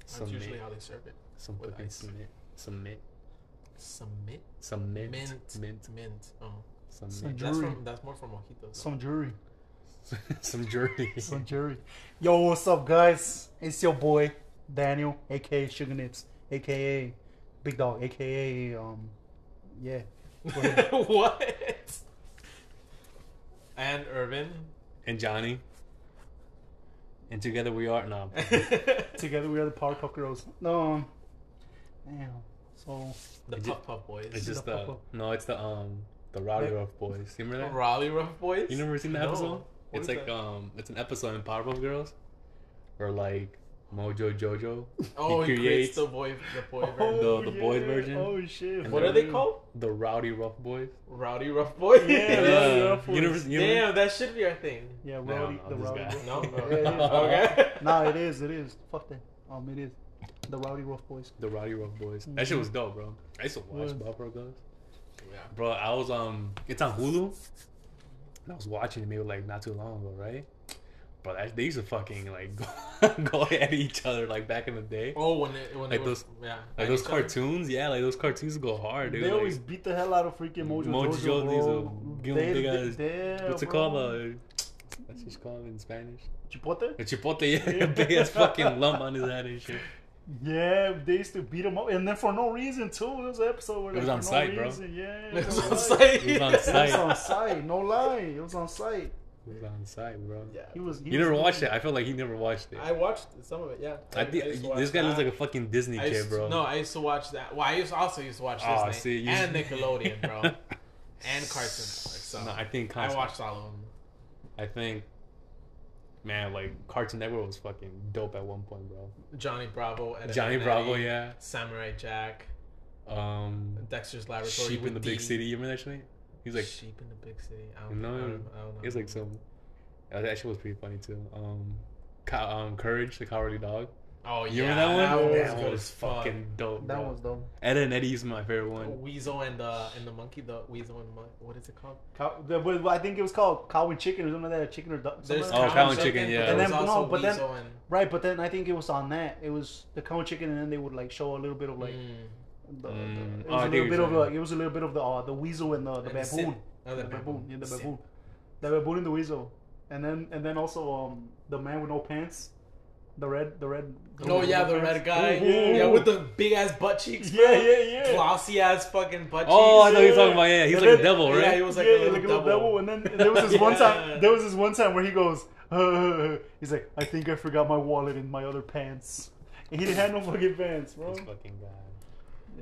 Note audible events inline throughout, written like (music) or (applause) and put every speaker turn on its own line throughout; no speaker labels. That's usually
submit,
how they serve it.
some
with
fucking
ice.
submit, submit,
Submit.
some mint,
Mint.
mint,
Mint. Oh,
some
Some
mint,
ju-
that's
Jury.
from that's more from mojitos. (laughs)
Some jury.
(laughs) some jury.
Some jury. Yo, what's up, guys? It's your boy, Daniel, aka Sugar Nips, aka Big Dog, aka, um, yeah.
what? And Urban.
(laughs) and Johnny. And together we are
(laughs)
now.
the
Together we are the Power Puff Girls. No, um, damn. So,
It ju-
Puff Puff
It's
Boys.
just
The
the
Papa.
no, it's the um the Rowdy
Yeah.
Rough Boys. You remember that?
Raleigh Rough Boys.
You never seen the
No.
episode?
What
It's
is
like
that?
um it's an episode in Powerpuff Girls, or like Mojo Jojo,
oh, he
creates-
creates the boy, the boy. version.
Oh, the boy version.
Oh, shit.
And
What
the-
are they called?
the Rowdy Rough Boys.
Rowdy Rough Boys. (laughs)
Yeah, Rowdy Rough
you never,
Boys.
you never,
Damn, that should be our thing.
(laughs)
Yeah,
No,
Rowdy,
no,
the
this
Rowdy.
guy.
Rough
No.
Boys.
Yeah,
it
(laughs)
is.
okay.
Nah, it is, it is. Fuck that. Um, it is. The Rowdy Rough Boys.
the Rowdy Rough Boys. That shit was
Mm-hmm.
dope, bro. I used to watch
Was.
Powerpuff Girls.
Yeah.
Bro, I was um, it's on Hulu. And I was watching it maybe like not too long ago, right? Bro, that, they used to fucking like (laughs) go at each other like back in the day.
Oh, when it, when they
Like
were-
those-
yeah,
Like
at
those
each other.
cartoons, yeah, like those cartoons go hard, dude.
They
like,
always beat the hell out of freaking Mojo,
Mojo Jojo,
Jojo, bro.
these, uh, give 'em
They-
big
they-
ass-
they're,
what's it
bro.
called? Uh, what's it called in Spanish?
Chipotle?
A chipotle, (laughs) yeah, big ass fucking lump on his head and shit.
Yeah, they used to beat him up, and then for no reason too. There was an episode where
It was
like,
on
for
site,
no
bro.
Reason.
(laughs)
Yeah,
(laughs) It was on (laughs)
site.
site.
It was on
It was
site.
on site. No lie, it was on site.
It was on site, bro.
Yeah.
He was. He
You
was
never watched it.
doing-
I feel like you never watched it.
I watched some of it. Yeah.
I think
used to watch
this guy looks
that.
like a fucking Disney
I used
kid, bro.
To, no, I used to watch that. Well, I used also used to watch Disney
Aw, see, you- (laughs)
and Nickelodeon, bro, and Cartoon Network. So
No, I think
I
Cartoon-
watched all of them.
I think, man, like Cartoon Network was fucking dope at one point, bro.
Johnny Bravo, Ed,
Johnny
Ed,
Bravo,
Eddy,
yeah.
Samurai Jack,
Um,
Dexter's Laboratory,
Sheep in
with
the Big
D.
City. You remember that shit? He's like,
Sheep in the Big City. I
you
don't,
know,
I don't, I don't know.
it's like some. uh, That shit was pretty funny too. Um, Cow- um, Courage, the Cowardly Dog.
oh yeah,
You remember that one?
Yeah.
was good as fuck.
fucking dope.
That
bro.
was though.
Ed and Eddie's my favorite one.
Weasel and the and the monkey, the weasel and the monkey. What is it called?
Cow, the, but I think it was called cow and chicken or something like that, chicken or duck. something
There's
like that.
Oh,
cow
Cow and
and
Chicken,
Chicken,
yeah.
But
And
there
then-
was
no,
also
but then-
weasel and
Right, but then I think it was on that. It was the cow and chicken, and then they would like show a little bit of like
Mm.
the, the
Mm.
it was
Oh, I
a
dig what
little bit
you're
of
saying.
like it was a little bit of the uh, the weasel and the, the
And the
baboon.
city. Oh,
the
the
baboon,
baboon.
yeah, the
Sit.
baboon, the baboon and the weasel, and then and then also um the man with no pants, the red, the red.
Oh
the
yeah, the
pants.
red guy.
Ooh, ooh,
Yeah,
ooh.
with the big ass butt cheeks. bro.
Yeah, yeah, yeah.
Glossy ass fucking butt cheeks.
Oh, I know you're
yeah.
talking about. Yeah, he's
And
like a
then-
devil,
Yeah,
right?
he was like
yeah,
a little,
like
double.
And then there was this
(laughs)
one
Yeah.
time. There was this one time where he goes, he's like, I think I forgot my wallet in my other pants. And he didn't have no fucking pants, bro.
This fucking guy.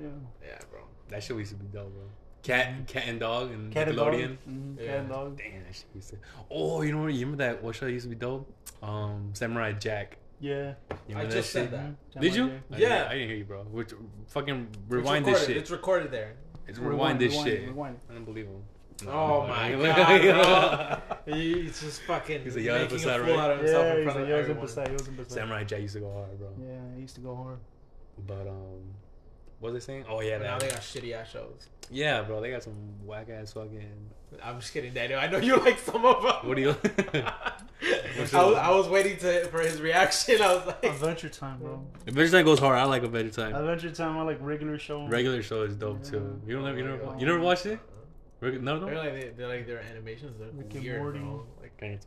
Yeah.
Yeah, bro.
That shit used to be dope, bro.
Mm-hmm.
Cat, cat and dog, and
Cat and dog.
Nickelodeon.
Mhm, Cat
Yeah.
and dog.
Damn, that shit used to. Oh, you know what? You remember that? What show used to be dope? Um, Samurai Jack. You
Yeah.
I
remember
just
that
said
shit?
that.
Mhm.
Did you? I
Yeah.
didn't-
Yeah.
I didn't hear you, bro. Which fucking
It's
rewind this
recorded.
shit.
It's recorded there.
It's rewind, this
rewind,
shit.
rewind.
Unbelievable.
Oh
(laughs)
my God, He- He's just fucking
He's a young
making
empresario,
a fool
right?
out of himself
Yeah,
in
he was
front
like,
of
"Yo, it's
everyone.
Impasai, yo, it's Impasai."
Samurai Jack used to go hard, bro.
Yeah, he used to go hard.
But um, what was I saying? Oh yeah,
But now
that,
they got shitty ass shows.
yeah, bro. They got some whack ass fucking.
I'm just kidding, Daniel. I know (laughs) you like some of them.
What
(laughs)
do you? (laughs)
I was, I was waiting to for his reaction. I
(laughs)
was like,
(laughs) Adventure Time, bro.
Adventure Time goes hard. I like Adventure Time.
Adventure Time, I like regular show.
Regular show is dope too. You don't
Oh
never, you
my
never,
God.
you never watched it? Reg- No,
They're
no.
like, they, they're like their animations are
Rick and
weird,
Morty.
bro. Like,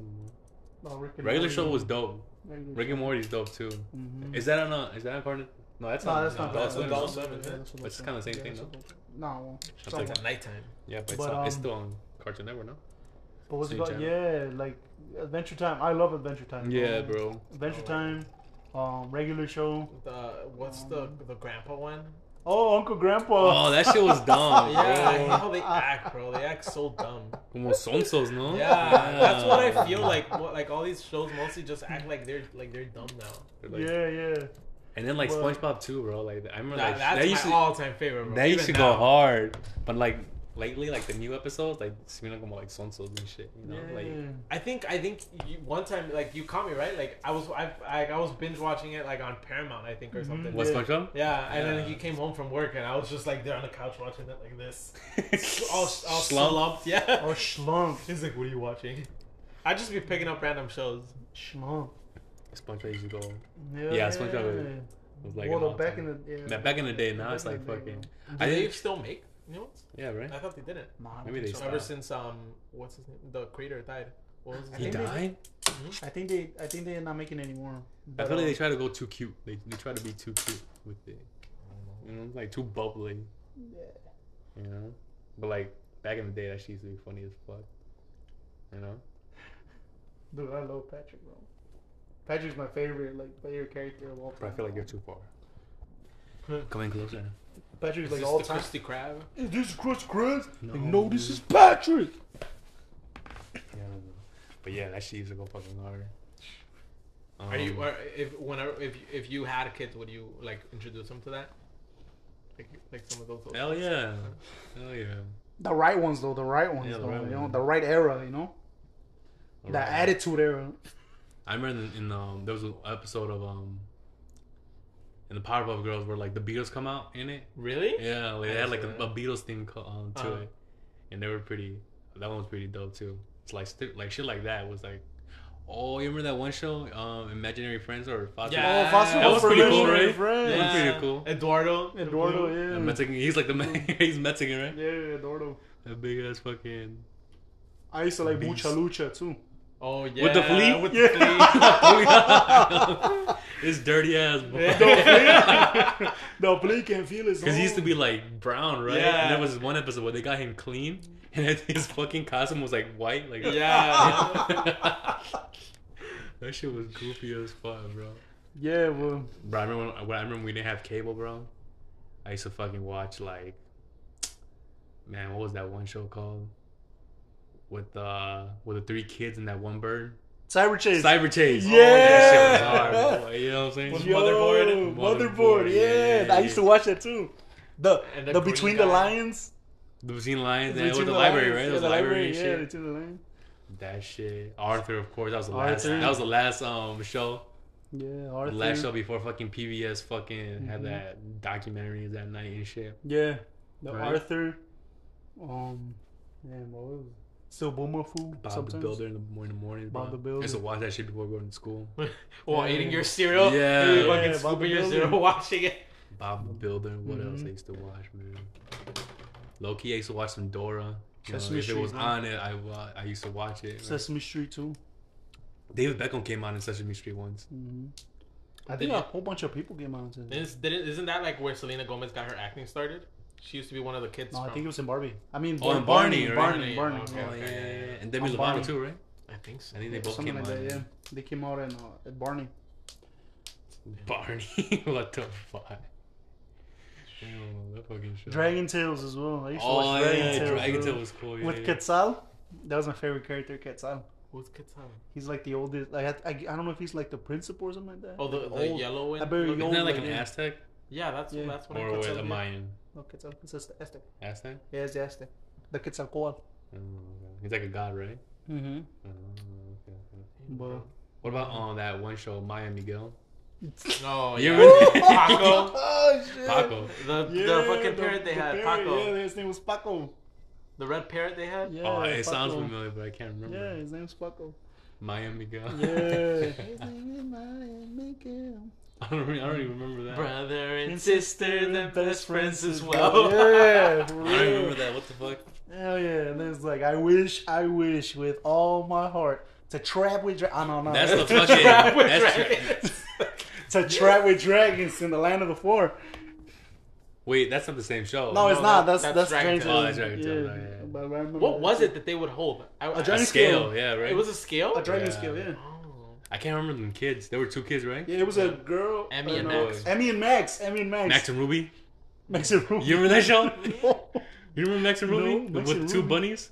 Oh, Rick and
Regular
Morty.
show was dope.
Regular
Rick and
show.
Morty's dope too.
Mhm.
Is that on a? Is that on Cartoon? No, that's
No,
on.
that's
no,
not
Adult
that's
bad.
Swim.
Adult
Yeah,
Swim,
that's
yeah.
Adult
It's kinda
Swim.
same
Yeah,
thing,
that's Adult- No.
It's
somewhat.
like
it's nighttime.
Yeah, but, it's,
But,
on, it's
um,
still on Cartoon Network, no?
But what's it
Same
called? Yeah, like Adventure Time. I love Adventure Time.
Yeah, bro.
Adventure
Oh.
Time, um, regular show.
The what's the the grandpa one?
Oh, Uncle Grandpa.
Oh, that shit
(laughs)
was dumb.
Yeah, I
bro.
hate how they act, bro. They act so dumb.
Como sonsos, no?
Yeah, that's what I feel like. What, like all these shows mostly just act like they're like they're dumb now.
(laughs) They're like-
yeah, yeah.
And then like
Well-
SpongeBob too, bro. Like I remember
That,
like
that's
that
my
used to
all-time favorite. Bro.
that used
Even
to go
now.
hard, but like lately, like the new episodes, like seem like como like sonsos and shit, you know?
yeah.
Like
I think I think you, one time like you caught me right. Like I was I I, I was binge watching it like on Paramount I think or
Mhm.
something.
what
Yeah.
SpongeBob?
(laughs)
Yeah, and
Mm-hmm. Yeah.
then he came home from work and I was just like there on the couch watching it
(laughs)
like this, all, all
Slump.
slumped. Yeah.
Oh, Schlump.
(laughs) He's like, "What are you watching?" I just be picking up random shows.
Schlump.
(laughs) SpongeBob used to go.
Yeah,
Yeah, SpongeBob. was like
well,
an
though,
all
back
time.
in the yeah.
Yeah, back in the day, now
Back
it's
in
like
the day,
fucking.
Do
I
they
think,
still make new ones?
yeah, right.
I thought they didn't.
Nah, I don't
Maybe
think
they
so.
stopped.
Ever
Stop.
since um, what's his name? The creator died. What was his
I
He
name?
think they-
died.
I think they, I think they're not making any more.
I
But,
thought they
um,
try to go too cute. They they try to be too cute with it. You know, like too bubbly.
yeah.
You know, but like back in the day, that shit used to be funny as fuck. You know,
Dude, I love Patrick, bro. Patrick's my favorite, like player character of all time.
but I feel like you're too far. Come in closer.
Patrick's
Is
like
this
all
the
time.
Krusty Krab?
Is this Chris Chris?
No.
No. this is Patrick.
Yeah, I don't know. But yeah, that shit used to go fucking hard.
Are you
Um,
or if whenever if if you had kids, would you like introduce them to that? Like like some of those. old-
Hell yeah. Hell yeah.
The right ones though, the right ones
Yeah, the
though,
right
you know,
ones.
the right era, you know, the
Alright.
attitude era.
I remember in, in um there was an episode of um in the Powerpuff Girls where like the Beatles come out in it.
Really?
Yeah, like,
I
they had
didn't
like
see
a,
that.
a Beatles thing co- um, to
Uh-huh.
it, and they were pretty. That one was pretty dope too. It's like sti- like shit like that was like, oh, you remember that one show, um, Imaginary Friends or Foster?
Yeah.
Oh, Foster
That
was
was
pretty cool,
Imaginary
right?
Friends.
Yeah. pretty cool.
Eduardo. the
Eduardo,
blue.
Uh,
yeah.
Mexican. He's like the man. (laughs) he's Mexican, right?
Yeah, Eduardo.
That big ass fucking.
I used to like
Beast.
Mucha Lucha too.
Oh yeah.
the flea? (laughs)
With
Yeah. (laughs)
the flea.
His dirty ass.
Yeah.
(laughs)
The play can feel his
Because he used to
own.
be like brown, right?
Yeah.
And there was one episode where they got him clean, and (laughs) his fucking costume was like white, like
(laughs) yeah. (laughs)
that shit was goofy as fuck, bro.
Yeah, well,
Bro, I remember when, when I remember we didn't have cable, bro. I used to fucking watch like, man, what was that one show called? With uh, with the three kids and that one bird,
Cyber Chase.
Cyber Chase.
Yeah.
oh, that shit was hard, boy. You know what I'm saying?
Was
Yo,
Motherboard.
Motherboard,
Motherboard,
yeah.
yeah.
I used to watch that too. The
And the
the,
green
Between the
guy.
Lions.
The Between Lions, and
Between
with the, library,
Lions,
right?
Yeah,
It was
the
library, and
yeah,
shit.
Between the Lions.
That shit. Arthur, of course. That was the last.
Arthur.
That was the last um show.
Yeah,
The
Arthur.
last show before fucking PBS fucking
Mm-hmm.
had that documentaries that night and shit.
Yeah, the
Right.
Arthur. Um, man, what was it? Still Boomer Fool.
Bob the
sometimes.
Builder in the, mor- in the morning.
Bob
bro.
the Builder.
I used to watch that shit before going to school.
While
Yeah.
eating your cereal.
Yeah. Yeah,
You're fucking
Bob the
scooping your
Builder.
cereal, (laughs) watching it.
Bob the Builder. What else I
Mhm.
used to watch, man? Loki. I used to watch some Dora. You know,
Sesame
if it
Street,
was
man.
on it, I wa- I used to watch it. right?
Sesame Street too.
David Beckham came on in Sesame Street once.
hmm I
Did
think
you-
a whole bunch of people came out to this.
Is, didn't, isn't that like where Selena Gomez got her acting started? She used to be one of the kids.
No, I
from,
think it was in Barbie. I mean,
Oh, in Barney,
Barney,
right?
Barney, Barney,
Barney,
yeah.
okay.
Oh yeah, yeah, yeah. and
On
Demi Lovato
Barney.
too, right?
I think so.
I think they both
Something
came
like
on.
that. Yeah, they came out in uh, at Barney.
(laughs) Barney, what the fuck? Damn, that fucking show.
Dragon Tales as well. I used to
Oh
watch
yeah,
Dragon
Dragon,
Tales. bro.
Tail was cool. Yeah,
With
yeah.
Quetzal, that was my favorite character, Quetzal.
Who's Katana?
He's like the oldest. Like I, I, I don't know if he's like the principal or something like that.
Oh, the,
Like,
the
old-
yellow one.
I bet you
Isn't that like
Like,
an
yeah.
Aztec
Yeah, that's
Yeah.
that's what
or
I
was
Quetzal
it a
did.
Mayan?
No, Quetzal. It's just Aztec.
Aztec.
Yeah, it's the Aztec. The Quetzalcoatl.
Oh, okay. He's like a god, right?
Mm-hmm.
Oh, okay, okay.
But
What about um that one show, Maya Miguel? (laughs) You
No, Oh, yeah.
remember-
(laughs) Paco,
(laughs) Oh shit.
Paco.
the the fucking parrot they had, Paco,
Yeah, his name was Paco.
the red parrot they had.
Yeah,
oh, it
Paco.
sounds familiar, but I can't remember.
Yeah, his name's Paco.
Maya
(laughs)
Miguel. (laughs)
Yeah.
(laughs)
I don't. Re- I don't even remember that.
Brother and sister, they're best friends as well. (laughs)
Yeah, for
I don't even remember
real.
that. What the fuck?
Hell yeah! And it's like, I wish, I wish with all my heart to trap with dra- I don't know. (laughs)
That's the
That's (laughs)
fucking.
right,
that's
right.
tra-
(laughs)
to trap with dragons in the land of the four.
Wait, that's not the same show.
No,
no,
it's not.
that-
That's
that's
that's,
Dragon
Dragon
Tales.
Oh, that's
Tales.
Dragon Tales, no, yeah.
But I remember
What
that
was
shit.
it that they would hold? I, I,
A
a
dragon
scale. Yeah, right.
It was a scale.
A dragon
Yeah.
scale. Yeah.
Oh.
I can't remember them kids. There were two kids, right?
Yeah, it was a girl.
Emmy
uh,
and
no,
Max.
Emmy and Max. Emmy and Max.
Max and Ruby.
(laughs) Max and Ruby.
You remember that
(laughs)
show? You remember Max and
No,
Ruby
Max
with
and
two
Ruby.
bunnies?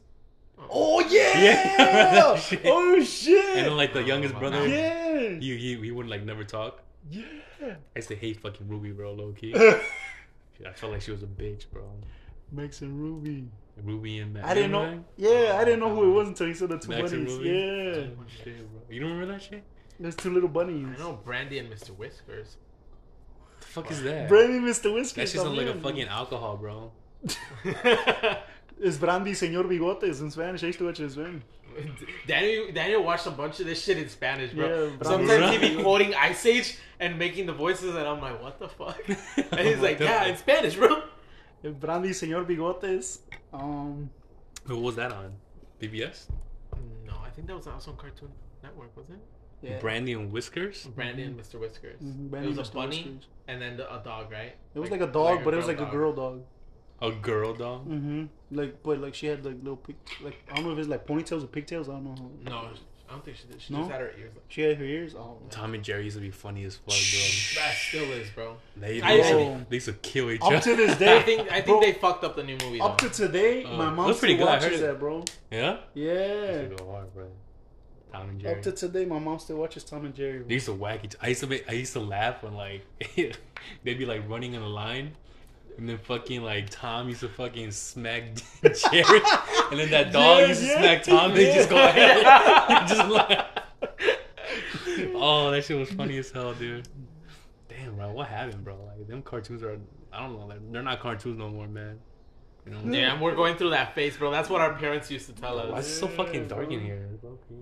Oh yeah!
Yeah. (laughs) Shit.
Oh
And then
shit!
like um, the youngest
Oh,
brother,
Yeah!
you he, he would like never talk.
Yeah!
I used to hate fucking Ruby, bro. Low
(laughs)
key, I felt like she was a bitch, bro.
Max and Ruby.
Ruby and Max.
I didn't know.
Remember
Yeah, I didn't know who it was until you said the
that?
two
Max and
bunnies.
Ruby.
Yeah,
Oh, shit, bro. You don't remember that shit?
there's two little bunnies.
I know Brandy and Mr. Whiskers. (laughs)
The fuck is that?
Brandy, Mr. Whiskers.
that shit
oh,
sounds like a
man. (laughs)
fucking alcohol, bro.
Es Brandy Señor Bigotes in Spanish. I used to watch it in Spanish.
(laughs) Daniel Daniel watched a bunch of this shit in Spanish, bro.
Yeah, bro.
Sometimes he'd be
Bro.
quoting Ice Age and making the voices, and I'm like, what
(laughs)
the fuck? And he's like,
What the
yeah,
fuck?
in Spanish, bro.
El Brandy Señor Bigotes. Um,
Who was that on? PBS?
No, I think that was also on Cartoon Network, wasn't it?
yeah.
Brandy and Whiskers?
Brandy and Mr. Mm-hmm. Whiskers.
Mhm, Brandy
it was
and
a
Mr.
bunny
Whiskers.
and then the, a dog, right?
It was like, a dog, but it was
girl
like a girl dog.
A girl dog?
Mm-hmm. Like, but like she had like little pic, like I don't know if it's like ponytails or pigtails. I don't know. how-
No, I don't think she did. She
No?
just had her ears. Like,
She had her ears. Oh,
Tom and Jerry used to be funny as fuck, bro.
that still is, bro.
They,
I-
they, used
Whoa.
to, they used to kill each other.
up to this day,
I think I think
bro,
they fucked up the new movie.
up
though. (laughs)
to today,
Oh,
my mom
that's
still
pretty good, I
watches
heard it.
that, bro.
(laughs) yeah? They
Yeah.
used to go hard, bro. Tom and Jerry.
Up to today, my mom still watches Tom and Jerry.
They
Bro.
used to whack each. I used to make, I used to laugh when like (laughs) they'd be like running in a line, and then fucking like Tom used to fucking smack (laughs) Jerry, and then that dog
Yeah,
used to
yeah,
smack Tom. They
(laughs)
just go
yeah.
ahead, (laughs) and just like. oh, that shit was funny as hell, dude. Damn, bro, what happened, bro? Like them cartoons are. I don't know. They're, they're not cartoons no more, man. You know?
Yeah, and we're going through that phase, bro. That's what our parents used to tell
Why is
us.
it so fucking
Yeah,
dark in
bro.
here? Okay.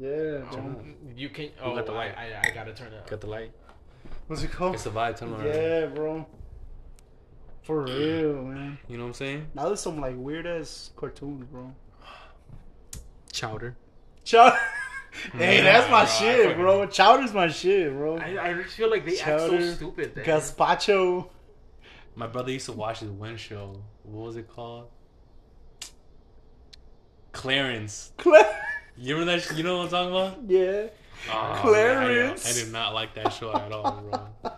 Yeah. Bro.
Um, you can. Oh,
got the
I,
light?
I, I gotta turn it. Up.
Got the light.
What's it called?
It's a vibe. Turn around.
Yeah, bro. For real, man.
You know what I'm saying?
Now there's some like weird ass cartoons, bro.
Chowder. (laughs)
Chow. (laughs) hey, that's
bro,
my
I
shit,
fucking-
bro. Chowder's my shit, bro.
I, I just feel like they act so
Chowder,
stupid. Then.
Gazpacho. (laughs)
My brother used to watch this one show. What was it called? Clarence.
Cla-
You remember that? Sh- you know what I'm talking about?
yeah.
(laughs)
Ah.
Oh,
Clarence.
man, I, I did not like that show at all, bro.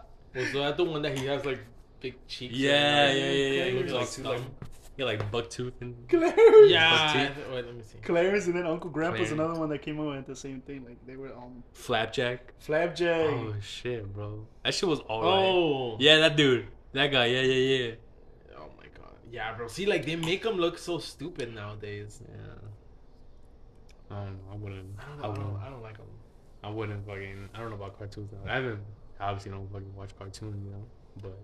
Was that the one that he has like big cheeks?
(laughs) Yeah, yeah,
and,
yeah, yeah. He
Clarence.
looked like
Like,
stump. He had, like buck tooth and.
(laughs) Clarence.
yeah.
Buck
I- Wait, let me see.
Clarence and then Uncle Grandpa's
Clarence.
another one that came out at the same thing. Like they were um
Flapjack.
Flapjack.
Oh shit, bro. That shit was alright.
Oh,
Yeah, that dude. That guy. Yeah, yeah, yeah.
Oh my god. Yeah, bro. See, like they make them look so stupid nowadays.
Yeah. I don't know. I wouldn't.
I don't,
I
I
wouldn't.
don't, I don't like them.
I wouldn't fucking. I don't know about cartoons now. I haven't. I obviously don't fucking watch cartoons, you know. But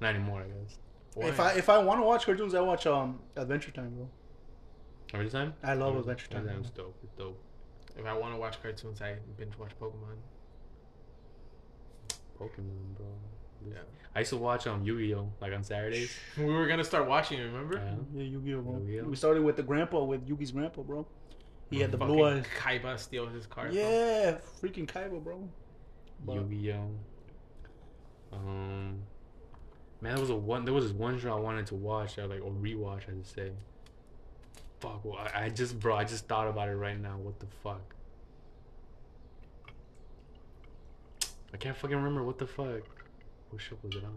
not anymore, I guess.
If I if I want to watch cartoons, I watch um Adventure Time, bro.
Every time.
I love
Mhm.
Adventure Time.
Every time it's dope. It's dope.
if I want to watch cartoons, I binge watch Pokemon.
Pokemon, bro.
Yeah.
I used to watch um Yu-Gi-Oh like on Saturdays.
We were gonna start watching. Remember?
Yeah.
Yeah, Yu-Gi-Oh, bro.
Yu-Gi-Oh.
We started with the grandpa with Yugi's grandpa, bro. He had the
Fucking
blue eyes.
Kaiba steals his card. from-
Yeah, freaking Kaiba, bro. But-
Yu-Gi-Oh. Um. Man, there was a one. There was this one show I wanted to watch, or like or rewatch, I should say. Fuck. Well, I, I just, bro, I just thought about it right now. What the fuck? I can't fucking remember. What the fuck? What show was it on?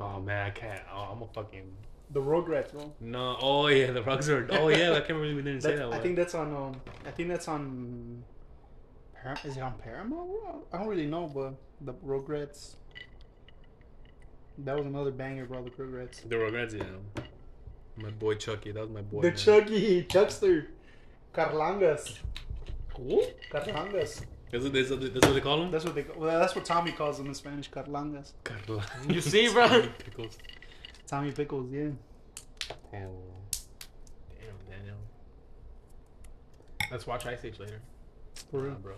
Oh man, I can't. Oh, I'm a fucking
The Rugrats, bro.
no. Oh yeah, the rocks are. Oh yeah, I can't believe we didn't say
That,
that one.
I think that's on um I think that's on. Param- is it on Paramount? bro? I don't really know, but the Rugrats. That was another banger, bro. The Rugrats.
The Rugrats, yeah. My boy Chucky, that was my boy.
the
man.
Chucky, Chuckster, Carlangas,
Ooh.
Carlangas.
That's what, that's, what, that's what they call him?
That's what they. Well, that's what Tommy calls them in Spanish, Carlangas.
Carla-
(laughs) You see, bro?
Tommy Pickles.
Tommy pickles, yeah.
Damn.
Damn, Daniel. Let's watch Ice Age later.
For
Nah,
real.
bro.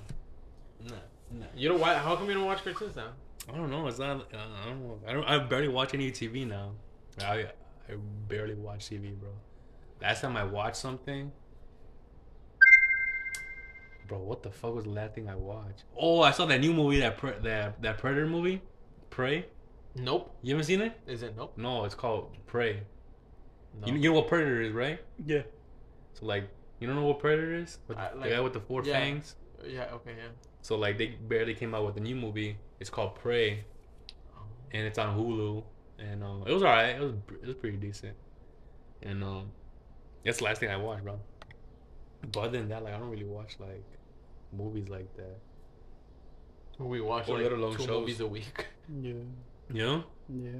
Nah, nah.
You know why? How come you don't watch cartoons now?
I don't know. It's not. Uh, I don't know. I don't. I barely watch any TV now. I I barely watch TV, bro. Last time I watched something, bro. What the fuck was the last thing I watched? Oh, I saw that new movie, that pre- that that Predator movie, Prey.
Nope.
You haven't seen it?
Is it nope?
No, it's called Prey.
No.
You, you know what Predator is, right?
Yeah.
So like, you don't know what Predator is? With
I-
the,
like-
guy with the four
yeah.
fangs.
yeah. Okay. Yeah.
So like, they barely came out with a new movie. It's called Prey,
Oh.
and it's on Hulu. And um, it was alright. It was pr- it was pretty decent. And um, that's the last thing I watched, bro. But other than that, like, I don't really watch like movies like that.
We watch
Or
like
let alone
two
shows.
movies a week. (laughs)
Yeah.
You know?
Yeah.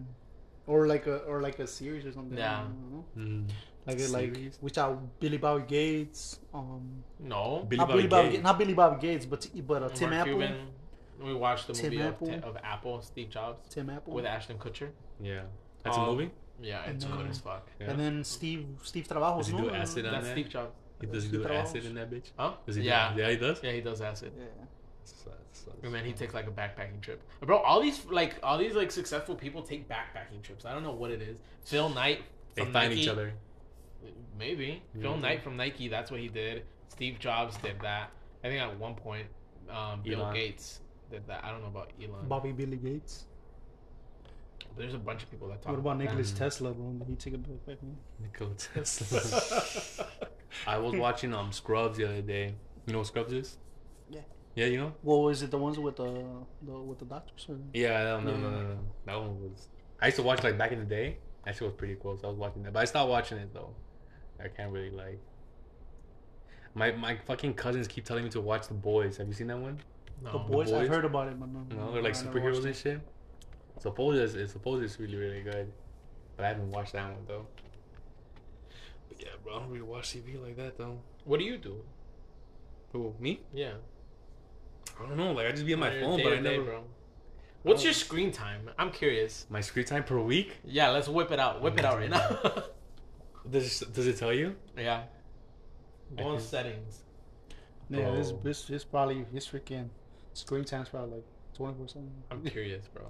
Or like a or like a series or something.
Yeah.
I don't know.
Mm.
Like a, like
Series?
which are Billy Bobby Gates, um,
No.
Billy
not
Bobby
Billy Bobby,
Gay.
Ga- not Billy Bobby Gates, but but uh, Tim
Mark
Apple,
Cuban. We watched the
Tim
movie of,
Apple.
Ti- of Apple, Steve Jobs,
Tim Apple,
with Ashton Kutcher.
Yeah. That's
Um,
a movie.
Yeah, it's
And
good
then-
as fuck.
Yeah.
And then Steve Steve Trabajos.
Does he
no?
do acid on
That's
that?
Steve Jobs.
He does
Steve
do
Trabajos.
acid in that bitch.
Huh?
Does he? do-
yeah.
yeah, he does.
Yeah, he does acid.
Yeah.
That's- that's- that's-
And then he takes like a backpacking trip. Bro, all these like all these like successful people take backpacking trips. I don't know what it is. Phil Knight
They
from
find
Nike-
each other.
Maybe. Phil
Yeah.
Knight from Nike, that's what he did. Steve Jobs did that. I think at one point, um, Bill
Elon.
Gates did that. I don't know about Elon.
Bobby Billy Gates.
But there's a bunch of people that talk
What about Nicholas
Mm.
Tesla, bro? He took a back back.
(laughs) Nikola Tesla.
(laughs)
(laughs) I
Hmm.
was watching um Scrubs the other day. You know what Scrubs is?
Yeah.
Yeah, you know?
Well, is it the ones with the, the with the doctors? Or?
Yeah, no, no,
Yeah.
no, no, no. That one was. I used to watch like back in the day. That shit was pretty cool. So I was watching that, but I stopped watching it though. I can't really like. My my fucking cousins keep telling me to watch The Boys. Have you seen that one?
No.
The boys,
Oh, Boys?
I've heard about it, but no.
No, they're like
I never watched
superheroes and
it.
shit. Suppose it's, it's supposed it's really really good, but I haven't watched that one though. But yeah, bro, I don't really watch TV like that though.
What do you do?
Who me?
Yeah.
I don't know. Like I just be on my
Your
phone, but I
day-to-day,
never.
bro. What's
don't-
your screen time? I'm curious.
My screen time per week.
Yeah, let's whip it out. Whip it out right (laughs) now.
Does does it tell you?
yeah.
I
Go on
think-
settings.
Yeah, this
Bro.
this this probably his freaking screen time's probably like twenty four seven.
I'm curious, (laughs) bro.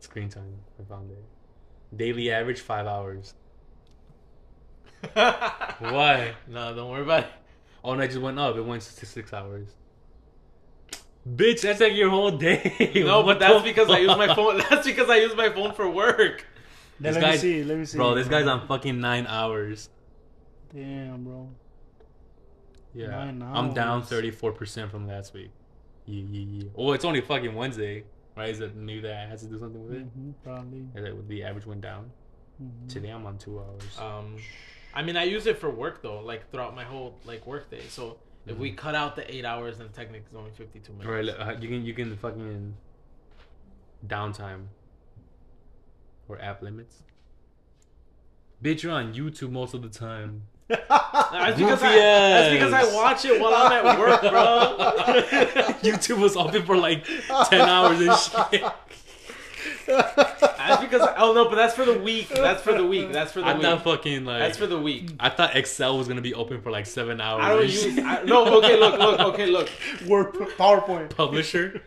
Screen time. I found it. Daily average five hours.
(laughs)
Why?
No, don't worry about it.
Oh, no, it just went up. It went to six hours. Bitch, that's like your whole day.
(laughs) No,
What
but that's
the
because I use my
fuck?
phone. (laughs) That's because I use my phone for work.
Now,
This
let
guy-
me see. Let me see.
Bro, this guy's on fucking nine hours.
Damn, bro.
Yeah.
Nine
I'm down
hours.
34% from last week. Yeah, yeah, yeah. Well, it's only fucking Wednesday, right? Is that maybe that has to do something with it?
hmm probably.
Is that the average went down? (laughs)
Mhm.
Today I'm on two hours.
Um, I mean, I use it for work though, like throughout my whole like work day. So if we cut out the eight hours, then technically it's only fifty-two minutes.
All Mm-hmm. right, look, uh, you can you can fucking downtime or app limits. Bitch, you're on YouTube most of the time.
That's because, I,
Goofy
that's because
ass.
I watch it while I'm at work, bro.
(laughs) YouTube was open for like ten hours and
(laughs)
shit.
that's because I, oh no, but that's for the week. That's for the week. That's for the
I
week.
thought fucking like
that's for the week.
I thought Excel was gonna be open for like seven hours.
I don't
and shit.
use I, no. Okay, look, look. Okay, look.
Word PowerPoint.
(laughs)
(laughs)
Publisher.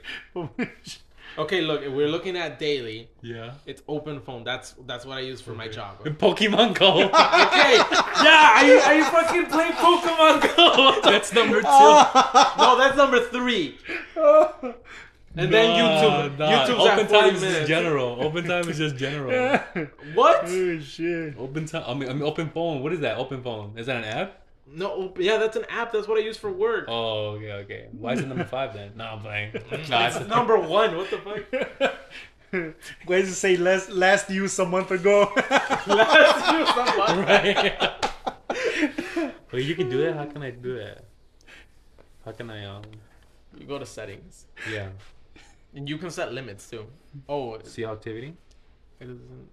Okay, look. If we're looking at daily. (laughs)
Yeah.
It's open phone. That's that's what I use for my job.
And Pokemon Go.
Okay. (laughs) Yeah, are you, are you fucking playing Pokemon Go?
(laughs)
Oh.
That's
(laughs)
number two.
no, that's number three. And then
Ah,
YouTube.
Nah, nah.
YouTube's
open
at 40
time is
minutes.
just general. Open time is just
(laughs)
general.
what?
oh shit. (laughs)
Open time. I mean, I mean, open phone. What is that? Open phone. Is that an app?
No, op- yeah, that's an app. That's what I use for work.
Oh, okay, okay. Why is it number five then? Nah, I'm
(laughs)
playing. Nah,
That's
it's- (laughs)
number one. What the fuck?
Why does it say last last used a month ago? (laughs)
Let's do some live.
right. (laughs) Wait, you can do that. How can I do that? How can I um?
You go to settings,
Yeah.
and you can set limits too. Oh, it
See activity.
it doesn't.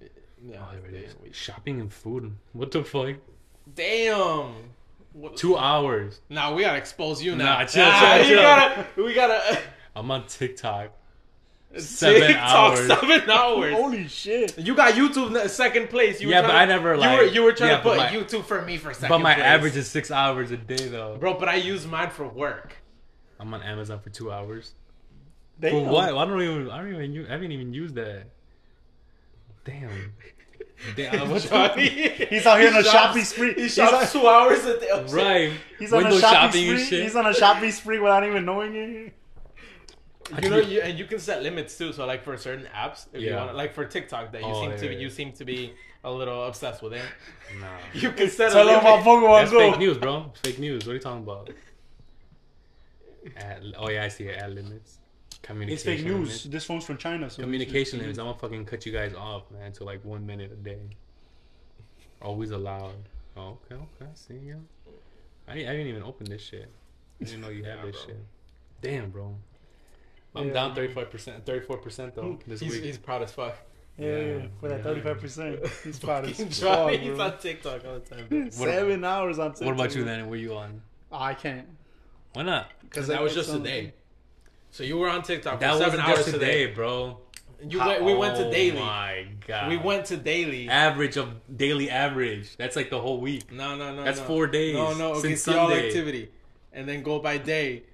it- Yeah,
Oh, there it is.
damn, wait.
Shopping and food. What the fuck?
Damn. What?
Two hours.
Now we gotta expose you now.
Nah, chill,
Ah,
chill,
you
chill.
gotta, we gotta. uh,
I'm on TikTok. Seven
(laughs) TikTok,
hours. (laughs)
Seven hours.
Holy shit.
You got YouTube in second place. You were
Yeah, but
trying-
I never, like-
You were, you were trying
Yeah,
to put
but my-
YouTube for me for second.
But my
place.
average is six hours a day though.
bro. But I use mine for work.
I'm on Amazon for two hours. For
Damn.
what? I don't even. I don't even. Use, I haven't even used that. Damn.
(laughs)
Damn. What the- (laughs)
He's out here on a
shops-
shopping spree.
He
He's,
shops
on,
two hours a day.
Right.
he's on a
Window
shopping,
and
spree.
shit.
He's on a shopping spree without even
(laughs)
knowing it.
You know, you, and you can set limits too. So like for certain apps, if you
Yeah.
want, like for TikTok, that you
Oh,
seem to
yeah,
be,
yeah.
you seem to be
(laughs)
a little obsessed with it.
Nah.
You can set a
Tell him
limit.
about Pokemon
That's fake
Go.
news, bro. Fake news. What are you talking about? Ad, oh yeah, I see it. Ad limits. Communication.
It's fake news.
limits.
This phone's from China. So
Communication limits. I'm gonna fucking cut you guys off, man, to like one minute a day. Always allowed. Oh, okay, okay. I See you. I didn't, I didn't even open this shit. I didn't know you
(laughs)
had
Yeah,
this
bro.
shit. Damn, bro. I'm
Yeah.
down 35%, 34%
(laughs)
though this
He's,
week.
he's proud as fuck.
Yeah, yeah,
Yeah,
for that
yeah.
thirty-five (laughs) percent, he's proud as
(laughs) He's
fuck, bro.
on TikTok all the (laughs) time.
What-
Seven hours on.
What about
TikTok.
you then? Were you on?
Oh, I can't
Why not?
because
That was just a day. So you were on TikTok for
That
seven
wasn't
hours
just
today.
today, bro.
You went, we went
Oh
to daily.
my god.
We went to daily.
average of daily average. That's like the whole week.
No, no, no.
That's
no.
four days
No, no. Okay,
since
see all
Sunday.
activity, and then go by day.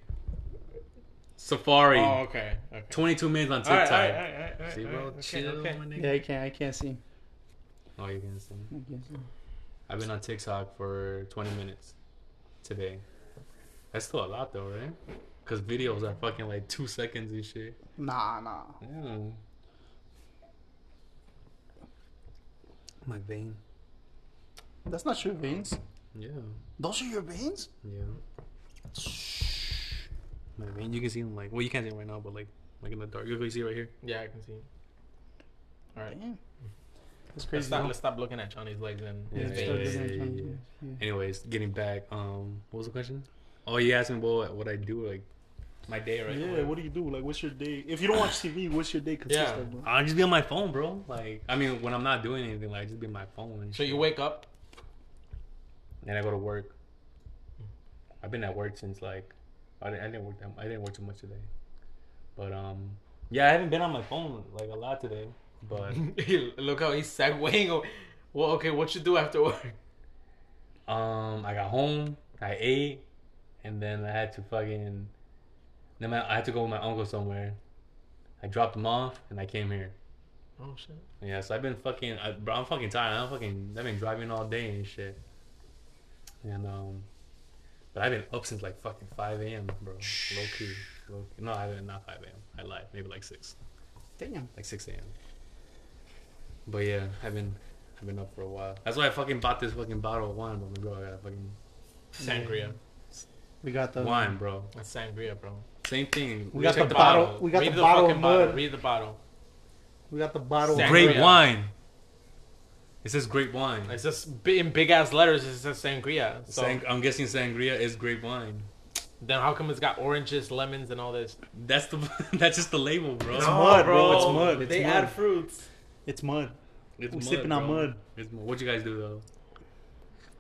Safari.
Oh, okay. Okay.
22 minutes on
All right,
TikTok.
all right, all right, all right,
See,
all
bro,
right, okay,
chill,
okay.
my nigga.
Yeah, I can't. I can't see.
Oh, you can see.
I can't see.
I've been on TikTok for 20 minutes today. That's still a lot though, right? Because videos are fucking like two seconds and shit.
Nah, nah.
Yeah. My vein.
That's not your veins.
Yeah.
Those are your veins.
Yeah. My vein. You can see them like, well, you can't see them right now, but like, like in the dark. You can see it right here.
Yeah, I can see. All right.
Damn.
Let's
That's crazy.
stop,
though.
let's stop looking at Johnny's legs and
Yeah,
his
it's
yeah,
still
yeah,
veins.
doesn't
yeah,
change.
yeah.
Yeah.
Anyways, getting back. Um, what was the question? Oh, you asked me what what I do like my day, right?
Yeah, what do you do? Like, what's your day? If you don't watch TV, what's your day consist
Yeah.
of? Bro?
I'll just be on my phone, bro. Like, I mean, when I'm not doing anything, like, I just be on my phone. And
So you
shit.
wake up.
and I go to work. I've been at work since like I didn't, I didn't work that I didn't work too much today, but um yeah I haven't been on my phone like a lot today.
(laughs)
But
Look how he's (laughs) segueing. away. Well, okay, what you do after work?
um I got home, I ate, and then I had to fucking then my, I had to go with my uncle somewhere. I dropped him off and I came here.
Oh shit.
Yeah, so I've been fucking, I, bro. I'm fucking tired. I'm fucking. I've been driving all day and shit. And um, but I've been up since like fucking five a.m., bro. Low key, low key. No, I haven't. Not five a.m. I lied. Maybe like six,
Damn.
like six a.m. But yeah, I've been, I've been up for a while. That's why I fucking bought this fucking bottle of wine, bro. Bro, I got a fucking
(laughs) Sangria.
We got the
wine, bro.
That's sangria, bro.
Same thing.
Uh-huh. We got
Check
the bottle. we got
Read
the bottle
fucking
of
bottle.
mud.
Read the bottle.
We got the bottle.
Sangria.
Great wine. It says great wine.
It's just bi- in big ass letters. It says sangria. So
Sang- I'm guessing sangria is grape wine.
then how come it's got oranges, lemons, and all this?
That's the (laughs) that's just the label, bro.
It's mud, bro. It's mud. It's
they
mud.
add fruits.
It's mud.
It's
We're sipping on mud.
It's mud. What you guys do though?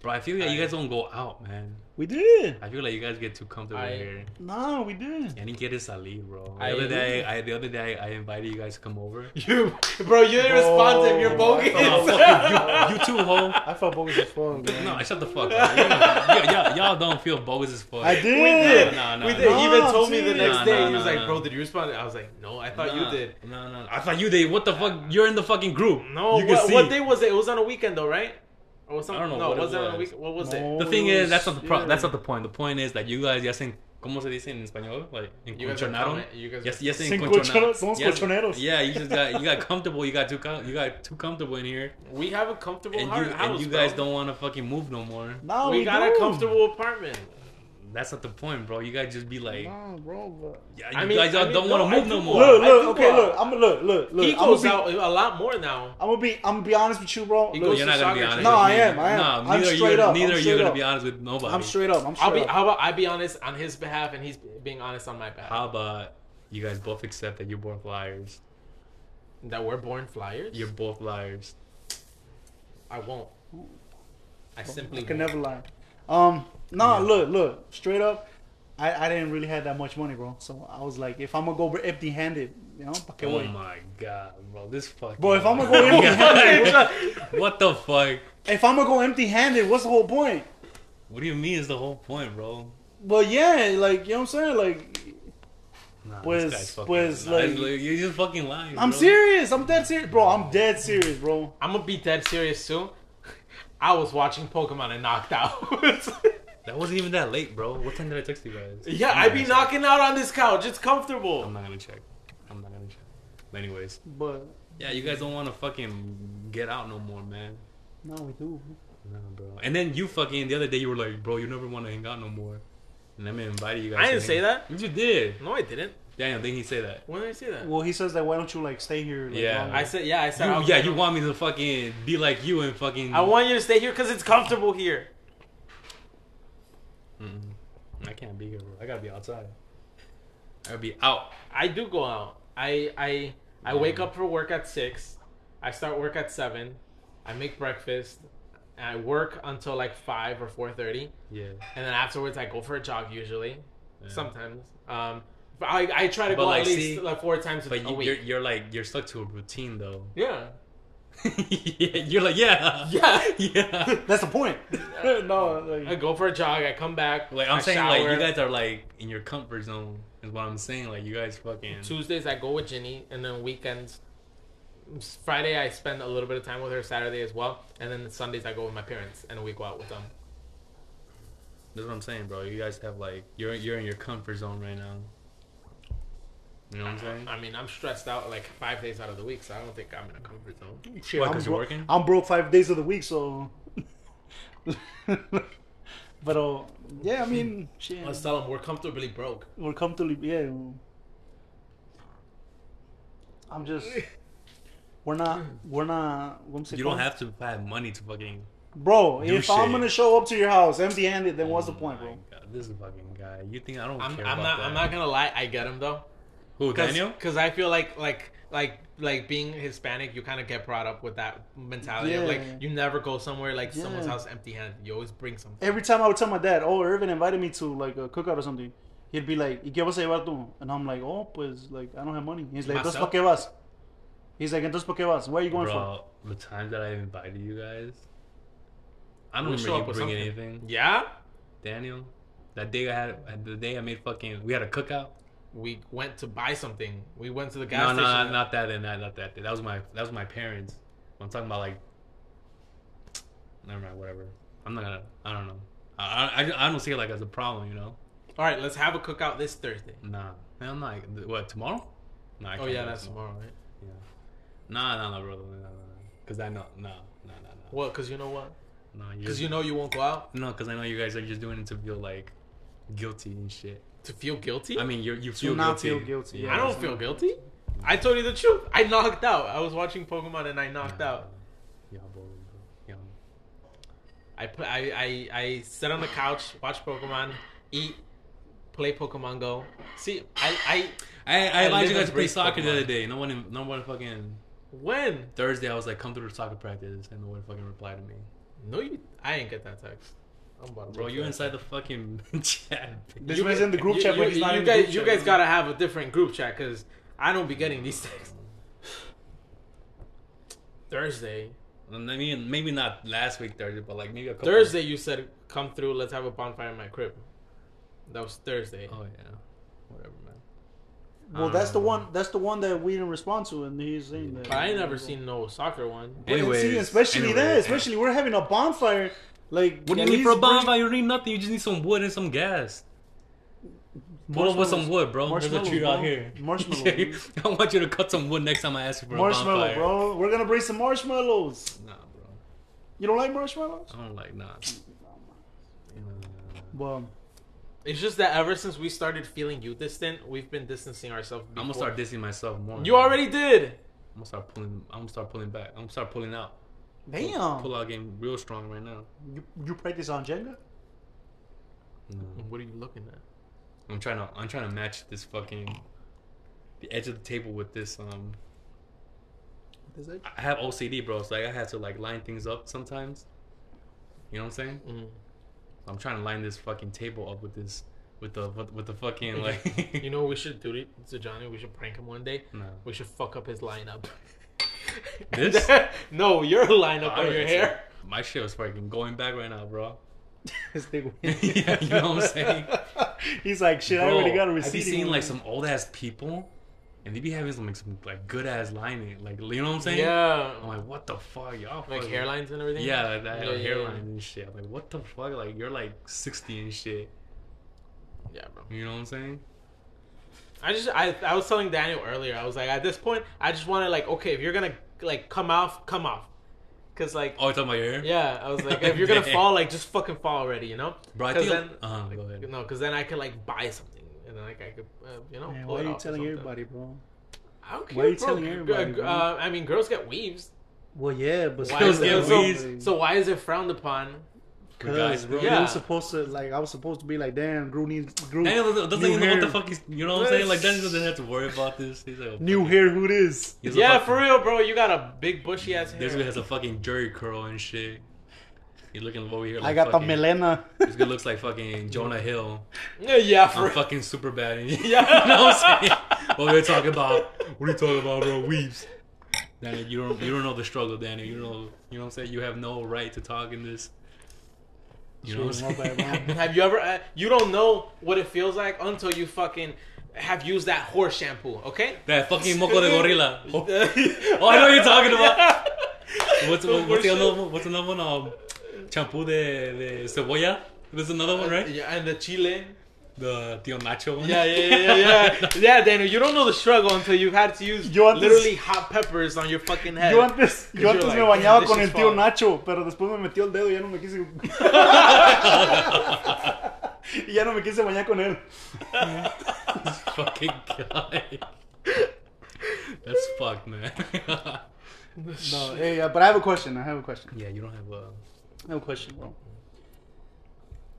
Bro, I feel like you guys don't go out, man.
We did.
I feel like you guys get too comfortable
I-
here.
No, we did.
And you get to salir, bro. The
I-
other day, I the other day I invited you guys to come over.
(laughs) (laughs) You, bro, you're irresponsive. You're
Bro,
bogus.
Oh,
(laughs)
fuck you, you, you too, ho.
(laughs) I felt bogus (laughs) as fuck. man.
No, shut the fuck up. You- y- y'all- y'all don't feel bogus as fuck.
I
(laughs)
did.
We did.
Nah, nah,
we
nah.
did. he even
No,
told me the
dude.
next
Nah,
day.
nah,
he was
nah,
like,
nah.
"Bro, did you respond?" I was like, "No, I thought
Nah,
you did."
No, no, no. I thought you did. What the fuck? You're in the fucking group.
No.
you can
what,
see.
what day was it? It was on a weekend though, right? Or was some,
I don't know
No,
what it
was it on a
was.
week? What was
No.
The thing is, that's not the pro-
shit.
that's not the point. The point is that you guys ya se en- ¿cómo se dice en español? Like
it? You guys are
encontronaron.
coming. You guys.
Ya,
are-
ya se
Se
encontronaron.
encontronaron. Somos
Ya se-
colchoneros.
Yeah, you just got you
(laughs)
got comfortable. You got too com- you got too comfortable in here,
We have a comfortable
and
har-
you
house.
and you guys
bro.
don't want to fucking move no more.
No,
we,
we,
got
do.
a comfortable apartment.
That's not the point, bro. You guys just be like,
No, bro. But...
yeah, you
I mean-
guys y'all
I mean,
don't
no,
want to
I
move
do
no
want-
more.
Look,
I
look.
do,
Okay,
uh,
look. I'm gonna look. Look, look.
he
I'm gonna
goes
be,
out a lot more now.
I'm gonna be. I'm gonna be honest with you, bro.
He
Look,
goes-
You're not gonna be
Soccer
honest.
training.
No,
with
I
me.
am, I am.
No, neither
I'm
you're-
straight up, I'm
neither you're
straight
gonna
up.
be honest with nobody.
I'm straight up. I'm straight
I'll be.
up.
How about I be honest on his behalf and he's being honest on my behalf?
How about you guys both accept that you're both liars?
That we're born flyers.
You're both liars.
I won't. I simply
I can
won't.
never lie. Um, no, look, look, straight up, I, I didn't really have that much money, bro. So I was like, if I'm gonna go empty-handed, you know, fucking
Oh
way.
my god, bro, this fucking. Oh
Bro,
(laughs)
if I'm gonna go empty-handed,
(laughs)
what-
what the fuck?
if I'm gonna go empty-handed, what's the whole point?
What do you mean? Is the whole point, bro?
But yeah, like you know what I'm saying, like
Nah,
Pues-
this guy's fucking-
pues,
nah, this-
like-
you're just fucking lying.
I'm
bro.
serious, I'm dead serious, bro. I'm dead serious, bro.
I'm gonna be dead serious soon. (laughs) I was watching Pokemon and
(laughs)
knocked out. (laughs)
That wasn't even that late, bro. What time did I text you guys?
yeah,
I'm
I
not
be
gonna
knocking out on this couch. It's
check. I'm
comfortable.
not gonna check. I'm not gonna check. But anyways,
But
yeah, you guys don't want to fucking get out no more, man.
no, we do.
Nah, bro. And then you fucking the other day you were like, bro, you never want to hang out no more. And I invited you guys.
I
to
didn't
hang-
say that.
Yes, You did.
No, I didn't.
Daniel, didn't he say that?
When did I say that?
Well, he says that why don't you like stay here? Like,
Yeah.
longer?
I said yeah. I said I
You,
was
yeah,
gonna-
you want me to fucking be like you and fucking.
I want you to stay here because it's comfortable here.
Mm-mm. I can't be here, bro. I gotta be outside. I gotta be out.
I do go out. I I I
Yeah.
wake up for work at six. I start work at seven. I make breakfast. And I work until like five or four thirty,
Yeah.
and then afterwards I go for a jog usually.
yeah.
Sometimes, um, if I, I try to
But,
go
like,
at least
see-
like four times
But
a
you,
week.
you're you're like you're stuck to a routine though. (laughs)
yeah.
yeah, you're like yeah,
(laughs) Yeah.
yeah.
(laughs) That's the
(laughs)
point. no,
I
(laughs) like,
go for a jog. I come back.
Like I'm
I
saying, like
shower.
you guys are like in your comfort zone is what I'm saying. Like you guys fucking.
Tuesdays I go with Ginny, and then weekends, Friday I spend a little bit of time with her. Saturday as well, and then Sundays I go with my parents, and we go out with them.
That's what I'm saying, bro. You guys have like you're you're in your comfort zone right now. You know what I'm saying?
I mean, I'm stressed out like five days out of the week, so I don't think I'm in a comfort zone.
shit,
Why,
I'm,
'cause you're
bro-
working?
I'm broke five days of the week, so. (laughs) but uh, yeah, I mean, shit,
Let's tell them we're comfortably broke.
we're comfortably yeah. well, I'm just. We're not. We're not. What's it
You don't
called?
have to have money to fucking.
Bro,
do
if I'm
shit.
gonna show up to your house empty-handed, then what's the
Oh
point,
my
bro?
God, this fucking guy. You think I don't
I'm,
care
I'm
about
not.
that?
I'm not gonna lie. I get him though.
Who
Cause,
Daniel?
'cause I feel like like like like being Hispanic, you kind of get brought up with that mentality of like
Yeah.
you never go somewhere like someone's
Yeah.
house empty-handed. You always bring something.
Every time I would tell my dad, "Oh, Irvin invited me to like a cookout or something," he'd be like, "¿Y qué vas a llevar tú?" And I'm like, "Oh, pues like I don't have money." He's like, "Entonces,
Myself?
¿para qué vas?" He's like, "Entonces, ¿para qué vas? Where are you going for?"
Bro, the times that I invited you guys, I don't
We show
remember you
up with
bringing
something.
anything.
Yeah,
Daniel, that day I had, the day I made fucking, we had a cookout.
we went to buy something. We went to the gas
No,
station.
no, not that, and that, not that. That was my, that was my parents. I'm talking about like, never mind, whatever. I'm not gonna, I don't know. I, I, I don't see it like as a problem, you know.
All right, let's have a cookout this Thursday.
Nah, man, I'm not. What tomorrow? Nah, I
oh
can't
yeah,
do
that's tomorrow, right?
Nah, nah, nah, brother, nah, nah, nah. Cause I know, nah, nah, nah,
Well, cause you know what?
nah. nah
Cause you know you won't go out
No, because I know you guys are just doing it to feel like guilty and shit.
to feel guilty.
I mean, you you feel
not
guilty.
feel guilty.
I don't feel guilty. I told you the truth. I knocked out. I was watching Pokemon and I knocked out.
Y'all boring, bro. Y'all-
I put I, I I sit on the couch, watch Pokemon, eat, play Pokemon Go. See, I I
I, I,
I
invited
live
you guys
and
to play
breathe
soccer the
Pokemon.
other day. No one, no one fucking
when
Thursday. I was like, come through to soccer practice, and no one fucking replied to me.
no you I ain't get that text. I'm about to
Bro,
look
you
at
inside the fucking (laughs) chat. bitch.
This man's in the group
you,
chat,
you,
but he's
you
not in the
guys,
group
you
chat.
guys gotta have a different group chat because I don't be getting these texts. (sighs) Thursday,
And I mean, maybe not last week Thursday, but like maybe a couple.
Thursday, you said come through. Let's have a bonfire in my crib. That was Thursday.
Oh yeah, whatever, man.
Well, that's the one. That's the one that we didn't respond to, and he's saying that.
But I ain't never seen no soccer one.
Anyways, see, especially that,
anyways.
especially we're having a bonfire. Like,
What do you
at
need
least
for a
bring-
bonfire? You need nothing. You just need some wood and some gas. Put up with some wood, bro. There's a
Marshmallows,
tree
bro.
out here. (laughs)
Marshmallow,
Yeah,
bro.
I want you to cut some wood next time I ask you for a
Marshmallow,
bonfire.
bro. We're gonna bring some marshmallows.
Nah, bro.
You don't like marshmallows?
I don't like nah. Nah.
Well,
It's just that ever since we started feeling you distant, we've been distancing ourselves.
I'm gonna
before.
start dissing myself more.
You already did.
I'm gonna start pulling. I'm gonna start pulling back. I'm gonna start pulling out.
damn.
Pull out game real strong right now.
You, you practice on Jenga?
No.
What are you looking at?
Mm-hmm. I'm trying to. I'm trying to match this fucking. The edge of the table with this. Um,
Is (laughs) it?
I have OCD, bro. So like, I had to like line things up sometimes. You know what I'm saying?
Mm.
I'm trying to line this fucking table up with this, with the with, with the fucking like.
(laughs)
(laughs)
You know what we should do to Johnny? We should prank him one day.
no.
We should fuck up his lineup.
(laughs) This?
(laughs) no, your lineup
I
on your
would-
hair.
My shit was fucking going back right now, bro.
This thing-
(laughs) (laughs) Yeah, you know what I'm
(laughs)
saying?
He's like, shit, I
Bro,
already got a
Have
receipt.
you seen like some old ass people, and they be having some like, some like good ass lining, like you know what I'm saying?
Yeah.
I'm like, what the fuck, y'all?
Like
fucking-
hairlines and everything.
Yeah, like that
Yeah, yeah, yeah.
hairline and shit. I'm like, what the fuck? Like you're like 60 and shit.
Yeah, bro.
You know what I'm saying?
I just I, I was telling Daniel earlier. I was like, at this point, I just want to like, okay, if you're gonna like come off, come off, cause like,
Oh, you're talking about your hair?
yeah, I was like, if
(laughs)
you're gonna fall, like, just fucking fall already, you know?
Bro, I
'Cause
think.
then,
uh, go ahead.
no, cause then I could like buy something, and then like I could, uh, you know,
Man,
pull
why
it
are you
off or
telling
something.
everybody, bro?
I don't care,
Why are you
bro.
telling
G-
everybody,
uh,
bro?
Uh, I mean, girls get weaves.
Well, yeah, but
Why
Girls
is
get
it,
weaves.
so, so why is it frowned upon?
Good guys,
Because
bro.
bro,
Yeah.
you were supposed to like, I was supposed to be like, damn, Gru needs Gru.
Daniel doesn't, doesn't
new
even know what the
hair.
fuck he's. You know what I'm saying? Like Daniel doesn't have to worry about this. He's like a
New
fucking-
hair, who it is?
He's a
Yeah,
fucking-
for real, bro. You got a big bushy ass hair.
This guy has a fucking jerry curl and shit. He's looking over here. Like
I got the
fucking,
melena.
This guy looks like fucking Jonah Hill.
Yeah, yeah, for
I'm fucking super bad. (laughs)
(laughs)
yeah, no, I'm saying. What we're talking about? What are you talking about, bro? Weeps. Danny, you don't you don't know the struggle, Danny. You don't know you know what I'm saying. You have no right to talk in this. You know what I'm
Sure, my bad,
saying?
Have you ever? Uh, you don't know what it feels like until you fucking have used that horse shampoo. Okay.
(laughs) that fucking moco de
(laughs)
gorilla. (laughs) Oh, oh, I know what you're talking about. Oh, What's
The
what's the
horse
other one? What's another one? Um, champú de, de cebolla. There's another one, right?
Yeah, and the chile.
The Tio Nacho one.
Yeah, yeah,
(laughs)
yeah, yeah, yeah. yeah, Daniel, you don't know the struggle until you've had to use
You want this-
literally hot peppers on your fucking head.
(laughs) Yo antes, yo
you're
antes me
like,
bañaba
this
con
is
el tío
fun.
Nacho, pero después me metió el dedo y ya no me quise. (laughs) y ya no me quise bañar con él.
(laughs) fucking guy.
(laughs)
That's fucked, man. (laughs)
No, hey, uh, but I have a question. I have a question.
yeah, you don't have um, a.
No question, bro.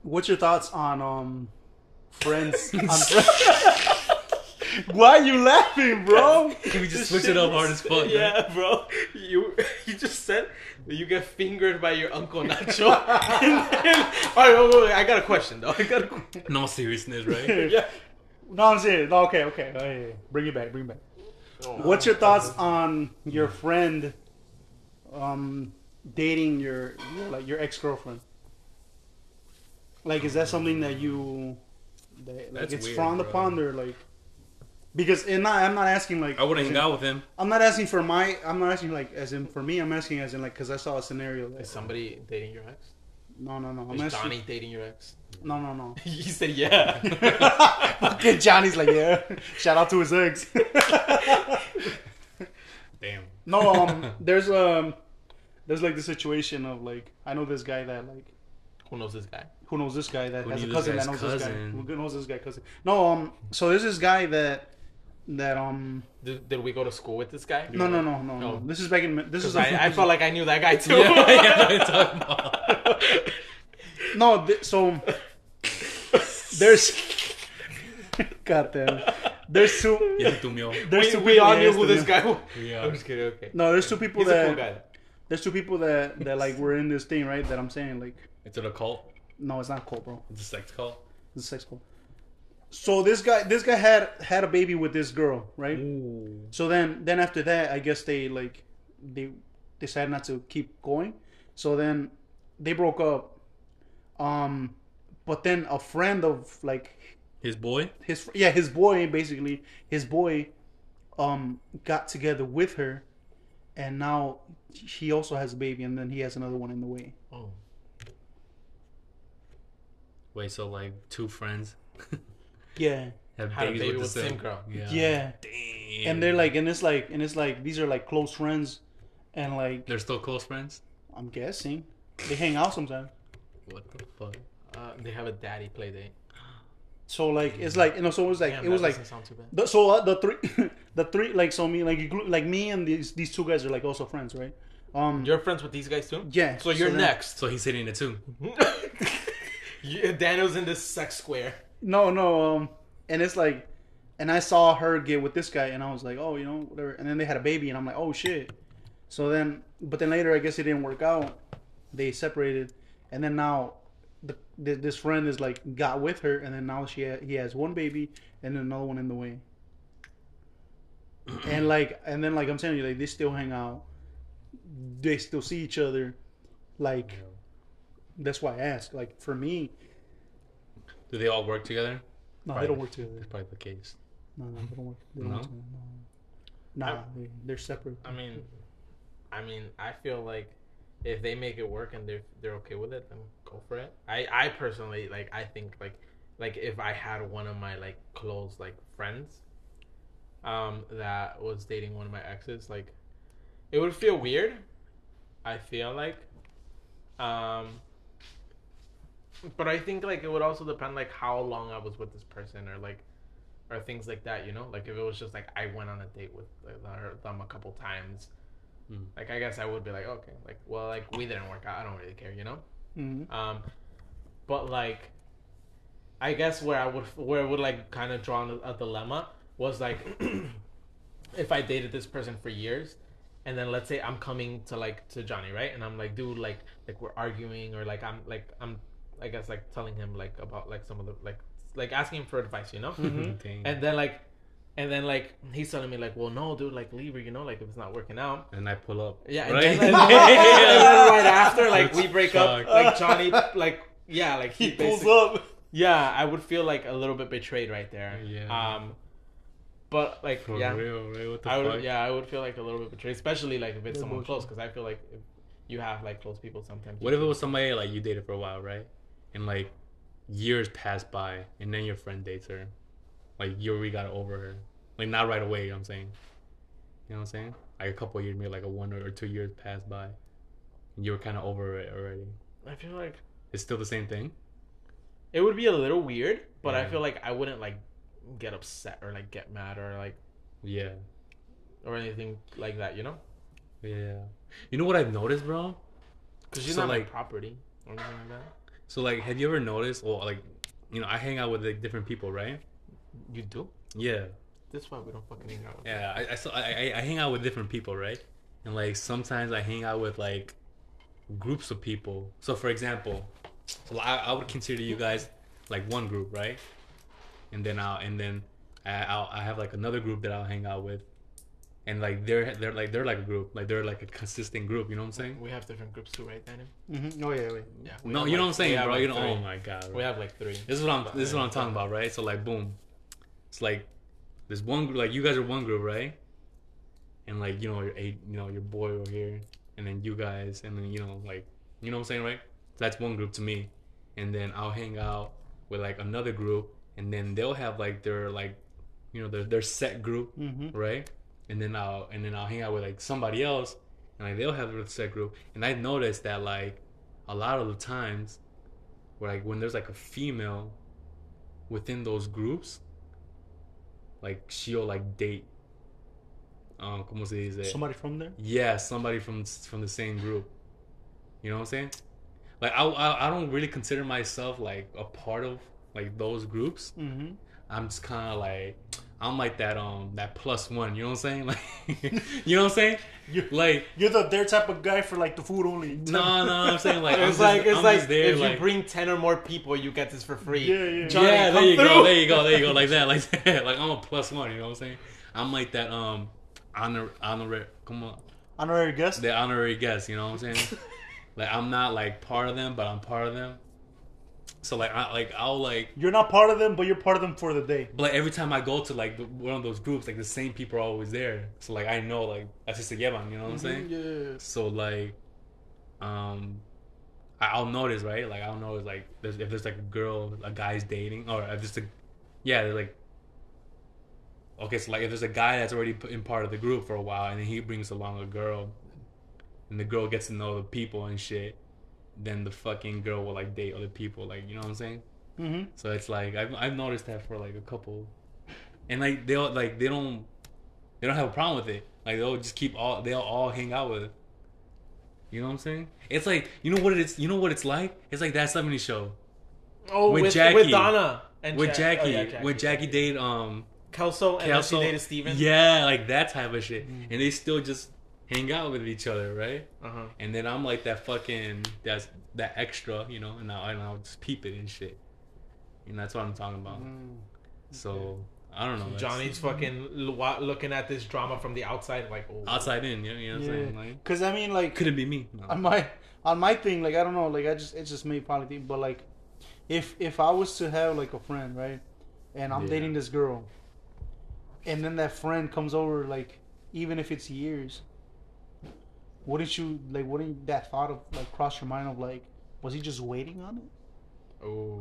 What's your thoughts on um (laughs) friends? on Friends? Why are you
(laughs)
laughing, bro?
We just switch it up hard as fuck. Yeah.
Yeah, bro. You you just said that you get fingered by your uncle Nacho. (laughs) and then, all right, wait, wait, wait, I got a question though. I got a question.
No seriousness, right?
Yeah.
No, I'm serious. No, okay, okay. Oh, yeah, yeah. Bring it back. Bring it back.
Oh,
What's your thoughts on your friend um dating your like your ex girlfriend? Like, is that something that you that, like
That's
it's
weird,
frowned
bro.
upon or like? Because and not, I'm not asking like
I wouldn't hang out with him.
I'm not asking for my. I'm not asking like as in for me. I'm asking as in like because I saw a scenario. That,
Is somebody dating your ex?
no, no, no. I'm
Is
asking.
Johnny dating your
(laughs)
ex? (laughs)
No, no, no.
He said, "Yeah."
(laughs) Fucking Johnny's like yeah. Shout out to his ex.
Damn.
(laughs) no, um, there's um, there's like the situation of like I know this guy that like
Who knows this guy?
who knows this guy that
Who
has a
knew this
cousin that
guy's
knows this guy
cousin?
who knows this guy cousin. No, um, so there's this guy that that um
Did, did we go to school with this guy?
no no no no no
No.
this is back in this is
Oh. 'Cause (laughs) I, I felt like I knew that guy too.
Yeah,
(laughs)
yeah, what are you talking about?
No, th- so
(laughs)
there's (laughs) goddamn. There's two.
Yeah, tú (laughs) mío.
There's
we
two
we
people-
all
yeah,
knew
yes,
who
two
this
people.
guy was.
Yeah.
I'm just kidding. Okay.
No, there's two people
He's a cool
that
guy.
there's two people that that like were in this thing, right? That I'm saying like,
It's a cult.
no, it's not cool, bro.
It's a sex cult.
It's a sex cult. So this guy, this guy had had a baby with this girl, right?
Ooh.
So then, then after that, I guess they like they decided not to keep going. So then they broke up. Um, but then a friend of like
His boy.
his yeah his boy basically his boy um got together with her and now he also has a baby and then he has another one in the way
Oh.
Wait, so like two friends (laughs)
yeah
have
Had a
babies
baby
with,
with
the same
girl.
Yeah.
yeah
Damn.
and they're like and it's like and it's like these are like close friends and like
They're still close friends.
i'm guessing they hang out sometimes
What the fuck?
Uh, they have a daddy play date.
so like it's like you know so it was like
Damn,
it was
that
like
doesn't sound too bad.
the, so uh, the three (laughs) the three like so me like inclu- like me and these these two guys are like also friends right um
You're friends with these guys too?
yeah
So you're
then-
next. (laughs)
So he's hitting it too.
You- Daniel's in this sex square.
No, no. Um, and it's like, and I saw her get with this guy, and I was like, oh, you know, whatever. And then they had a baby, and I'm like, oh shit. So then, but then later, I guess it didn't work out. They separated, and then now, the, th- this friend is like got with her, and then now she ha- he has one baby and another one in the way. and like, and then like I'm telling you, like they still hang out, they still see each other, like. That's why I ask. Like for me,
Do they all work together?
no,
Right.
they don't work together.
That's probably the case.
No, no, they don't work. They don't
No? Ah.
work together, no. Nah, they, they're separate.
I mean, I mean, I feel like if they make it work and they're they're okay with it, then go for it. I I personally like I think like like if I had one of my like close like friends, um, that was dating one of my exes, like it would feel weird. I feel like, um. But I think like it would also depend like how long I was with this person or like or things like that, you know? Like if it was just like I went on a date with like, her them a couple times,
Mm.
like I guess I would be like, okay, like well, like we didn't work out. I don't really care, you know?
Mhm.
Um, but like, I guess where I would where I would like kind of (clears throat) draw a, a dilemma was like, if I dated this person for years, and then let's say I'm coming to like to Johnny, right? And I'm like, dude, like like we're arguing or like I'm like I'm I guess like telling him like about like some of the like like asking him for advice, you know?
Dang.
And then like and then like he's telling me like, well no dude, like leave her, you know, like if it's not working out.
And I pull up.
Yeah,
Right?
and, then, like, (laughs) and
(laughs)
then right after like we
That's
break
fucked.
up, like Johnny like yeah,
(laughs)
like he,
He pulls
basically-
up.
Yeah, I would feel like a little bit betrayed right there.
Yeah.
Um but like
For
yeah.
real, right? What the
I
fuck?
would, yeah, I would feel like a little bit betrayed, especially like if it's someone
emotional.
close, because I feel like if you have like close people sometimes. you
What if it
can-
was somebody like you dated for a while, right? And like years pass by, and then your friend dates her. Like you already got over her. Like not right away. You know what I'm saying. You know what I'm saying? Like a couple of years, maybe like a one or or two years pass by, and you were kind of over it already.
I feel like
It's still the same thing.
it would be a little weird, but I
Yeah.
feel like I wouldn't like get upset or like get mad or like
Yeah.
or anything like that, you know?
Yeah. You know what I've noticed, bro?
Because she's
So,
not like,
like-
my property or anything like that.
So like, have you ever noticed? Or like, you know, I hang out with like different people, right?
You do?
Yeah.
That's why we don't fucking hang out.
Yeah, I I, so I I I hang out with different people, right? And like sometimes I hang out with like groups of people. So for example, so I, I would consider you guys like one group, right? And then I'll and then I I'll, I have like another group that I'll hang out with, and like they're they're like they're like a group, like they're like a consistent group. You know what I'm saying?
We have different groups too, right, Danny?
Mm-hmm. Oh yeah, wait.
Yeah. we
No,
have,
you know what
like-
I'm saying,
we have,
bro.
like,
You know,
three.
oh my god, bro.
We have like three.
This is what I'm. This is what I'm talking about, right? So like, boom, it's like this one group. Like you guys are one group, right? And like you know your eight, you know your boy over here, and then you guys, and then you know like you know what I'm saying, right? That's one group to me, and then I'll hang out with like another group, and then they'll have like their like you know their their set group,
Mm-hmm.
right? And then I'll and then I'll hang out with like somebody else, and like they'll have their set group. And I noticed that like a lot of the times, where like when there's like a female within those groups, like she'll like date. Um, como se dice?
Somebody from there.
yeah, somebody from from the same group. You know what I'm saying? Like I, I I don't really consider myself like a part of like those groups.
Mm-hmm.
I'm just kind of like I'm like that um that plus one. You know what I'm saying? (laughs) Like you know what I'm saying?
You-
like
You're the their type of guy for like the food only.
(laughs) no no I'm saying like
(laughs)
I'm
It's
just-
like it's
I'm
like
just there,
if you
like-
bring ten or more people, you get this for free.
Yeah, yeah.
Johnny,
yeah, there
come
you go,
through.
there you go, there you
(laughs)
go, like
(laughs)
that, like that. Like I'm a plus one. You know what I'm saying? I'm like that um honor honorary come on
(laughs) Honorary guest.
the honorary guest. You know what
(laughs)
I'm saying? like I'm not like part of them, but I'm part of them. So like I like I'll like
You're not part of them, but you're part of them for the day.
But like, every time I go to like the, one of those groups, like the same people are always there. So like I know like that's just a yevan, you know what
Mm-hmm,
I'm saying?
Yeah.
So like, um, I, I'll notice right. Like I'll notice like there's, if there's like a girl, a guy's dating, or if there's a, yeah, they're, like. Okay, so like if there's a guy that's already put in part of the group for a while, and then he brings along a girl, and the girl gets to know the people and shit, then the fucking girl will like date other people, like you know what I'm saying?
Mm-hmm.
So it's like I've I've noticed that for like a couple, and like they'll like they don't they don't have a problem with it. Like they'll just keep all they'll all hang out with. it. You know what I'm saying? It's like you know what it's you know what it's like. It's like that '70s show
Oh,
With
with,
Jackie.
with Donna and
with
Jack- oh,
Jackie,
yeah,
when Jackie dated um
Kelso and then she
Kelso.
dated Steven. Mm.
Yeah, like that type of shit, and they still just hang out with each other, right?
Uh-huh.
And then I'm like that fucking that's that extra, you know, and I and I'll just peep it and shit, and that's what I'm talking about.
Mm-hmm.
So I don't know. that's-
Johnny's fucking l- wa- looking at this drama from the outside, like, oh,
outside in. You know, you know what I'm saying? Like,
Because I mean, like,
could it be me? No.
on my on my thing, like I don't know, like I just it's just me probably, think, but like if if I was to have like a friend, right, and I'm
Yeah.
dating this girl, and then that friend comes over, like even if it's years, wouldn't you like wouldn't that thought of like cross your mind of like was he just waiting on it?
Uh,
oh.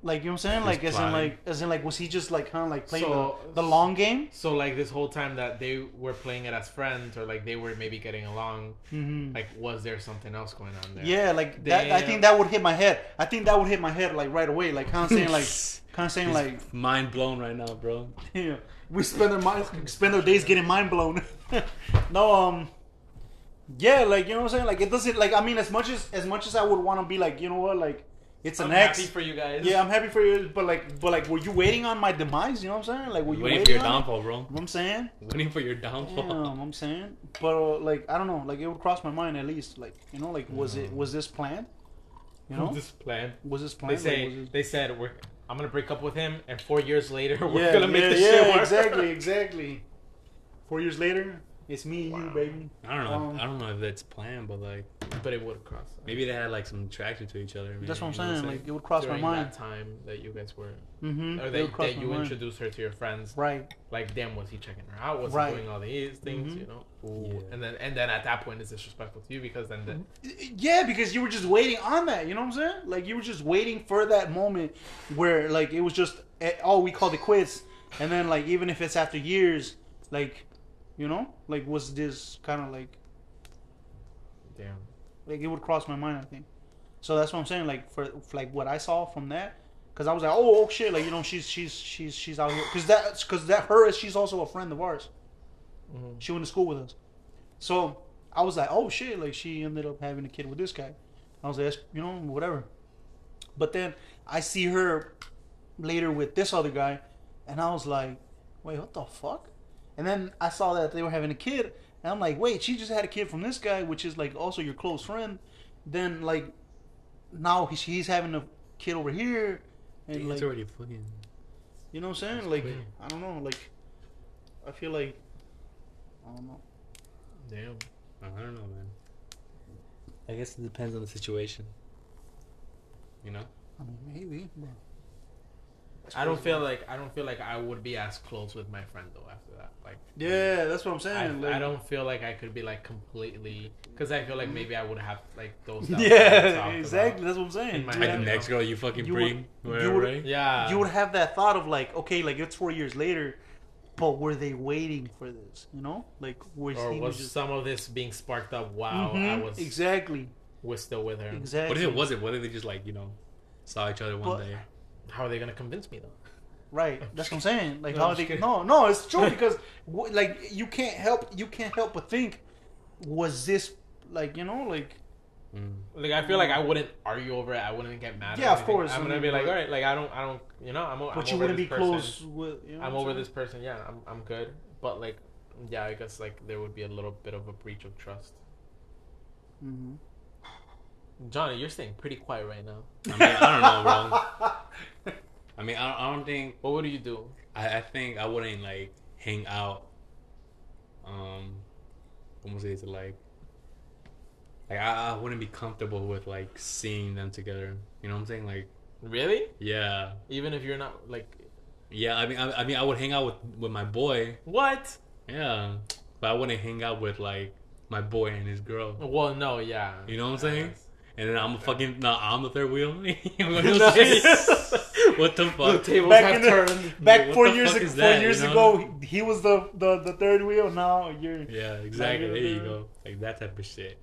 Like you know what I'm saying?
Just
Like as in
plotting.
like as in like was he just like kind of like playing
So-
the, the long game?
So like this whole time that they were playing it as friends, or like they were maybe getting along,
Mm-hmm.
like was there something else going on there?
Yeah, like that. I
Damn.
think that would hit my head. I think that would hit my head like right away. Like kind of saying like kind of saying like
mind blown right now, bro.
Yeah, we spend our mind, spend our days getting mind blown. (laughs) no, um, yeah, like you know what I'm saying. Like it doesn't. Like I mean, as much as as much as I would want to be like, you know what, like It's
I'm
an ex.
happy for you guys.
yeah, I'm happy for you, but like, but like, were you waiting on my demise? You know what I'm saying? Like, were you
waiting
waiting,
for your
on?
downfall, bro.
You know what I'm saying,
Waiting for your
damn,
downfall.
I'm saying, but uh, like, I don't know, like, it would cross my mind at least, like, you know, like, was it was this planned? You know,
(laughs) This plan.
was this planned?
They
Like, was
say
this-
they said we're. I'm gonna break up with him, and four years later (laughs) we're
yeah,
gonna make
yeah,
this
yeah,
shit work. (laughs)
exactly, exactly. Four years later, it's me and you, baby.
I don't know. if-
Um,
I don't know if that's planned, but like
But it would cross.
maybe they had like some attraction to each other.
That's what I'm
maybe, you know
saying.
what
Like, it would cross
during
my mind.
that time that you guys were,
Mm-hmm.
or
it
that,
would cross
that
my
you
mind.
introduced her to your friends.
Right.
Like, damn, was he checking her out? Was
Right.
he doing all these things?
Mhm.
You know. Ooh.
Yeah.
And then and then at that point it's disrespectful to you because then the,
Yeah, because you were just waiting on that. You know what I'm saying? Like you were just waiting for that moment where like it was just eh, oh we called it quits, and then like even if it's after years, like you know like was this kind of like
damn.
like it would cross my mind. I think. So that's what I'm saying. Like for for, like what I saw from that, because I was like oh, oh shit like you know she's she's she's she's out here because that's because that her is she's also a friend of ours.
Mhm.
She went to school with us. So I was like, oh shit, like she ended up having a kid with this guy. I was like, that's, you know, whatever. But then I see her later with this other guy, and I was like, wait, what the fuck? And then I saw that they were having a kid, and I'm like, wait, she just had a kid from this guy, which is like also your close friend. Then like now he's, he's having a kid over here,
I'm saying?
and
it's
like
already fucking.
you know what I'm saying? Like I don't know, like I feel like I don't know.
Damn.
I don't know, man. I guess it depends on the situation. You know.
I mean, maybe. But
I don't feel like I don't feel like I would be as close with my friend though after that. Like
Yeah, that's what I'm
I,
saying.
I don't feel like I could be like completely because I feel like maybe I would have like those. that we
(laughs) (laughs) Yeah,
talked
exactly. That's what I'm saying.
In my
You
Like
Yeah.
the
have-
next girl you fucking
You
bring,
would-
whatever,
you would-
right?
about. Yeah.
you would have that thought of like, okay, like it's four years later, but were they waiting for this? You know, like was
or
he
was
just
some of this being sparked up while I
Mhm,
was
exactly,
was still with her?
exactly.
What if it wasn't? What if they just like you know saw each other one
But-
day?
How are they gonna convince me though?
Right, that's what I'm saying. Like
No,
how
I'm
they?
just kidding.
No, no, it's true because (laughs) w- like you can't help you can't help but think, was this like you know like
Mm.
Like I feel like I wouldn't argue over it. I wouldn't get mad. or
Yeah, of
anything.
course,
I'm
I
gonna
mean,
be like,
but-
all right, like I don't, I don't, you know, I'm. o- I'm
but you
over
wouldn't be
this person.
close with. You know
I'm
what
over
saying?
this person. Yeah, I'm, I'm good. But like, yeah, I guess like there would be a little bit of a breach of trust.
Mhm.
Johnny, you're staying pretty quiet right now.
I mean, I don't know,
(laughs)
bro. I mean, I don't, I don't think
What would you do?
I, I think I wouldn't like hang out. Um, almost say it's like, like I, I wouldn't be comfortable with like seeing them together. You know what I'm saying? Like,
Really?
yeah,
Even if you're not like
yeah. I mean, I, I mean, I would hang out with with my boy,
what?
yeah, but I wouldn't hang out with like my boy and his girl.
Well, no, yeah.
You
(laughs)
know (laughs) what I'm saying?
Yes.
And then I'm a fucking, no, I'm the third wheel. (laughs)
(laughs)
Nice.
what the
The
fuck?
tables
Back
have
in the-
turned.
Back
What
four
the
years
fuck
ago,
is
four
that, you
years
know?
ago, he was the, the, the third wheel. Now you're
(laughs)
Yeah, exactly.
you're
There you
the-
go. Like that type of shit.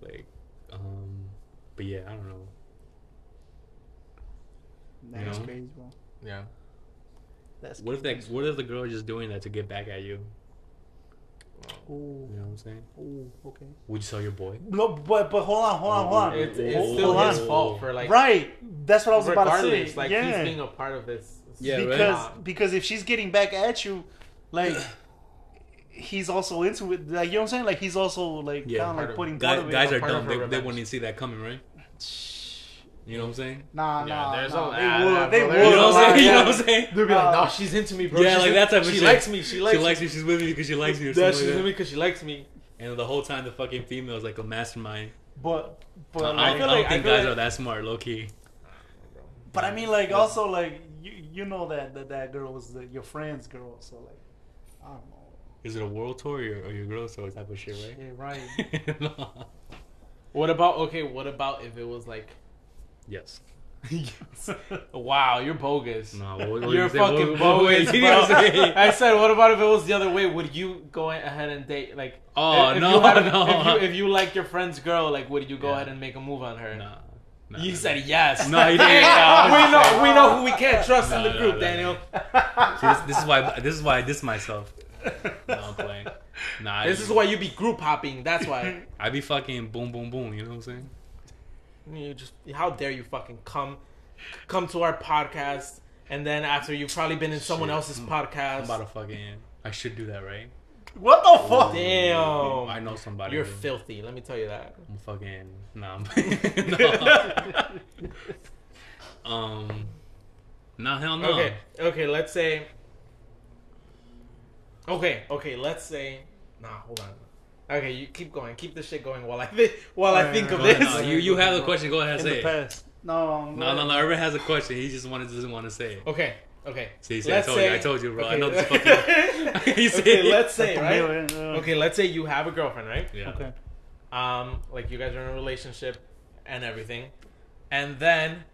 Like, um, but yeah, I don't know.
that's
know?
crazy, bro.
Yeah.
That's
What if that? What if the girl is just doing that to get back at you?
Ooh,
You know what I'm saying?
ooh, okay.
Would you sell your boy?
No, but but hold on, hold on, hold on.
It's, it's
Hold
still
on.
his fault for like.
right, that's what I was about to
Regardless,
say.
like
yeah,
he's being a part of this.
Yeah, right.
because because if she's getting back at you, like he's also into it. Like you know what I'm saying? Like he's also like
Yeah,
kind of
part
like
of
putting
Guy,
part of it.
guys
a
are
part of
dumb.
her
They, they
revenge.
wouldn't see that coming, right? You know what I'm saying?
Nah,
Yeah,
nah,
there's
nah.
a-
they
nah,
would,
nah,
they
bro,
would.
there's
You know what I'm saying? (laughs) You know what
yeah.
I'm saying?
They'll be like,
Uh,
no, she's into me, bro.
Yeah,
She's
like
in-
that type of
she
shit.
likes me. She likes.
She likes me. She's with me because she likes me. Or
me. Yeah,
something
she's
like
with
that.
me because she likes me.
And the whole time, the fucking female is like a mastermind.
But but
I don't,
like,
I
feel
don't
like- I
think
feel
guys
like-
are that smart, low key.
But I mean, like, also, like, you you know that that, that girl was the, your friend's girl, so like, I don't know.
Is it a world tour or your, or your girl's tour type of shit, right?
Yeah,
(laughs)
right.
No.
What about okay? What about if it was like,
Yes.
wow, you're bogus.
No. What, what
You're
you say- (laughs)
fucking
what- what-
(laughs) bogus,
what you gonna
bro.
say?
I said, what about if it was the other way? Would you go ahead and date like?
Oh
if- if
no,
you had-
(laughs) no.
If you, if you like your friend's girl, like, would you go
Yeah.
ahead and make a move on her?
nah, nah,
you
nah,
said yes. (laughs)
No, you didn't.
Hey,
No.
we know, we know who we can't trust in
No,
the
no,
group,
no,
Daniel.
nah. See, this, this is why. This is why I diss myself. No, I'm playing. Nah.
This is
why (laughs)
why you be group hopping. That's why.
I be fucking boom, boom, boom. You know what I'm saying?
You just how dare you fucking come come to our podcast and then after you've probably been in someone
Shit.
else's
Mm. I'm
podcast.
about to fucking. I should do that, right?
What the fuck?
Damn.
I know somebody.
Oh, You're
who-
filthy, let me tell
(laughs)
you that.
I'm fucking. Nah.
(laughs)
I'm, (laughs) no. um. Nah, hell no.
Okay, okay, let's say Okay, okay, let's say nah, hold on. Okay, you keep going. Keep this shit going while I think while I
Alright,
think of
Go
this.
ahead, no, you you have
(laughs)
the question. Go ahead,
In
say
the
it.
past. No, um,
No, no, no. Everyone has a question. He just wanted doesn't want to say it.
Okay, okay.
See, see, I told you. I told you, bro. I
(laughs)
know this fucking. (laughs)
fucking.
You see?
okay, let's
That's
say
the
right.
mail, yeah, yeah.
Okay, let's say you have a girlfriend, right?
Yeah.
Okay.
Um, like you guys are in a relationship and everything, and then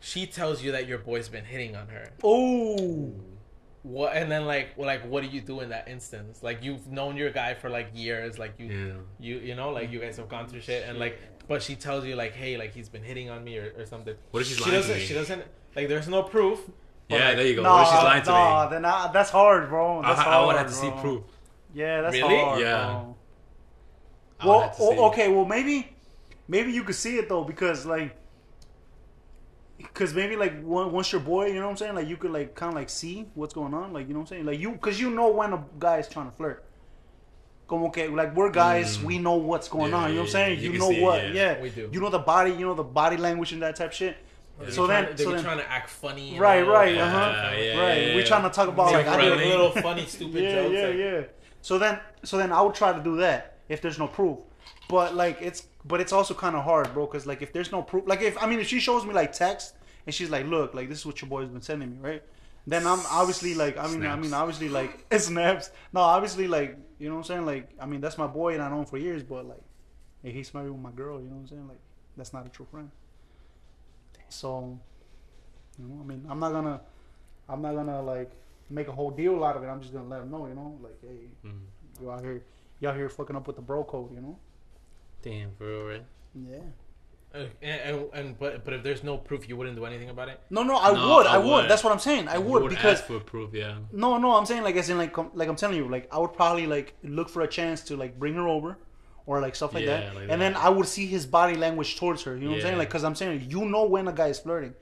she tells you that your boy's been hitting on her.
Oh.
What? And then like, well, like, what do you do in that instance? Like, you've known your guy for like years. Like you,
Yeah.
you, you know, like you guys have gone through shit, and like, but she tells you like, hey, like he's been hitting on me or, or something.
What if she's
she
lying to
doesn't.
me?
She doesn't. Like, there's no proof. but,
Yeah,
like,
there you go.
Nah,
what if she's lying to
nah,
me?
then I, that's hard, bro.
I,
That's
I
hard,
would have to see
bro.
proof.
Yeah, that's
Really?
hard.
Yeah.
bro.
I would
Well,
have to see.
o- okay. Well, maybe, maybe you could see it though, because like, because maybe like on- once your boy, you know what I'm saying, like you could like kind of like see what's going on, like you know what I'm saying, like you, because you know when a guy is trying to flirt. Como que, like we're guys,
Mm.
we know what's going
Yeah,
on. You know what I'm
yeah,
saying?
yeah,
You,
you can
know
see it,
what?
yeah.
yeah,
We do.
You know the body, you know the body language and that type shit.
They be
So
trying,
then-
they
so
be
then-
trying to act funny. and
Right,
all.
right,
Yeah,
uh-huh.
yeah,
right.
yeah,
We're
yeah.
trying to talk about
Like,
like I
I do
did
friendly.
a
little funny, stupid
yeah,
jokes.
yeah,
like,
yeah. So then, so then I would try to do that if there's no proof. But like it's, but it's also kind of hard, bro. Cause like if there's no proof, like if I mean if she shows me like text and she's like, look, like this is what your boy's been sending me, right? Then I'm obviously like, I mean, I mean,
Snaps.
obviously like (laughs) it snaps. No, obviously like you know what I'm saying. Like I mean, that's my boy and I know him for years. But like, if he's married with my girl, you know what I'm saying. Like that's not a true friend. So, you know, I mean, I'm not gonna, I'm not gonna like make a whole deal out of it. I'm just gonna let him know, you know, like, hey,
Mm.
you out here, you out here fucking up with the bro code, you know.
Damn, for real, right?
Yeah.
Uh, And, and, and but but if there's no proof, you wouldn't do anything about it.
No, no, I
No,
would,
I
I would.
would.
That's what I'm saying. I
You
would, because
ask for proof, yeah.
no, no, I'm saying like as in like com- like I'm telling you, like I would probably like look for a chance to like bring her over. Or like stuff like
Yeah,
that,
like
and then
that.
I would see his body language towards her. You know what I'm saying?
Yeah.
Like, cause I'm saying you know when a guy is flirting.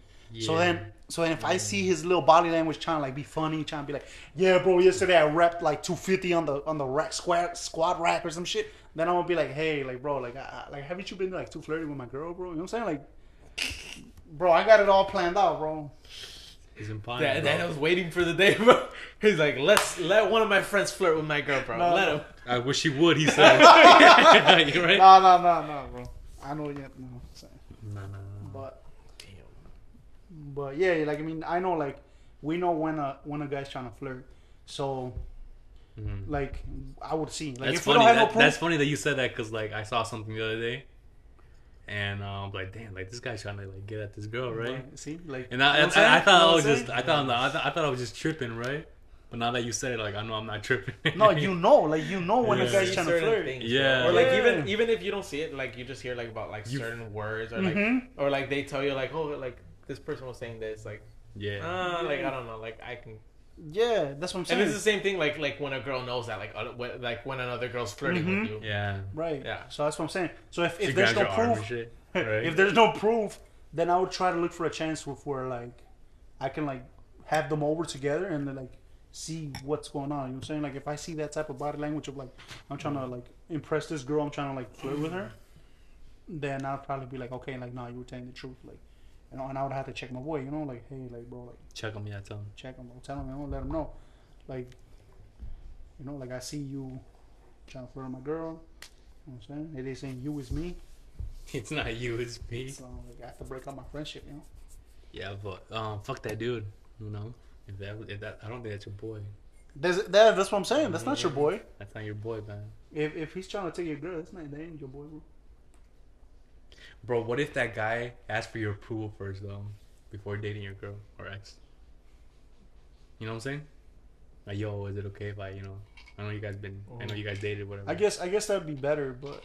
So
Yeah.
then, so then if I see his little body language trying to like be funny, trying to be like, yeah, bro, yesterday I repped like 250 on the on the rack squad squad rack or some shit, then I'm gonna be like, hey, like bro, like I, I- like haven't you been like too flirty with my girl, bro? You know what I'm saying? Like, bro, I got it all planned out, bro.
he's implying.
That,
bro.
that I was waiting for the day, bro. (laughs) He's like, let's let one of my friends flirt with my girl, bro.
No.
Let him.
I wish he would.
(laughs)
He said, (laughs) "You're right."
Nah, nah, nah, nah, bro. I know you. No, I'm saying,
Nah, nah, nah.
but but yeah, like I mean, I know like we know when a when a guy's trying to flirt, so
Mhm.
like I would see. Like
that's
if
funny.
we don't have
that,
no proof,
That's funny that you said that because like I saw something the other day, and uh, I'm like, damn, like this guy's trying to like get at this girl, right?
Like, see, like
And I,
you know
and
what I'm
I,
saying?
thought
You know
I
what
was
I'm
just,
saying?
I thought, I'm not, I, thought, I thought I was just tripping, right? But now that you said it, like I know I'm not (laughs) tripping.
No, you know, like you know when
Yeah.
a guy's
See
trying to
certain
flirt.
things,
Yeah.
bro. Or like
Yeah.
even even if you don't see it, like you just hear like about like
You-
certain words or like
Mhm.
or like they tell you like oh like this person was saying this like
yeah,
Uh,
ah like I don't know like I can
Yeah, that's what I'm
and
saying.
it's the same thing like like when a girl knows that like uh, when, like when another girl's flirting
Mhm.
with you
yeah.
right.
Yeah.
So that's what I'm saying. So if,
She
if there's
grabbed
no
your arm and
proof, (laughs)
shit, right?
if there's no proof, then I would try to look for a chance where- where like I can like have them over together and then like see what's going on. You know what I'm saying? Like if I see that type of body language of like I'm trying to like impress this girl, I'm trying to like flirt with her, then I'd probably be like, okay, like nah, you were telling the truth, like, you know, and I would have to check my boy, you know, like hey, like bro, like.
check them, yeah, tell them.
check them. I'll tell them. You know, let them know. Like, you know, like I see you trying to flirt with my girl. You know what I'm saying? It ain't you, it's me.
(laughs) It's not you, it's me.
So like, I have to break up my friendship. You know?
Yeah, but um, fuck that dude. You know, if that, if that, I don't think that's your boy.
That's that, that's what I'm saying. That's not your boy.
That's not your boy, man.
If if he's trying to take your girl, that's not that ain't your boy, bro.
Bro, what if that guy asked for your approval first though, before dating your girl or ex? You know what I'm saying? Like, yo, is it okay if I, you know, I know you guys been, I know you guys dated, whatever.
Oh. I guess I guess that'd be better, but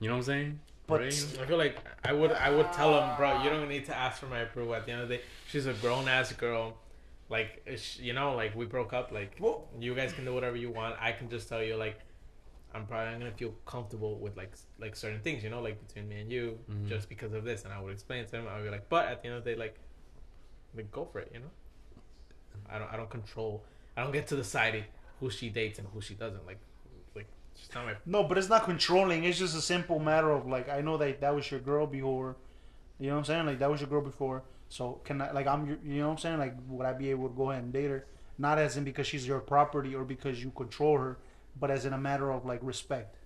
You know what I'm saying?
But-
Right? You know?
I feel like I would I would tell him, bro, you don't need to ask for my approval. At the end of the day, she's a grown ass girl. Like it's- you know, like we broke up. Like
Well-
you guys can do whatever you want. I can just tell you, like
I'm probably not gonna feel comfortable with like s- like certain things, you know, like between me and you,
Mhm.
just because of this. And I would explain to him. I would be like, but at the end of the day, like, like go for it, you know. I don't I don't control. I don't get to decide who she dates and who she doesn't. Like, like she's not my
No, but it's not controlling. It's just a simple matter of like I know that that was your girl before. You know what I'm saying? Like that was your girl before. So can I like I'm your- you know what I'm saying? Like would I be able to go ahead and date her? Not as in because she's your property or because you control her, but as in a matter of like respect.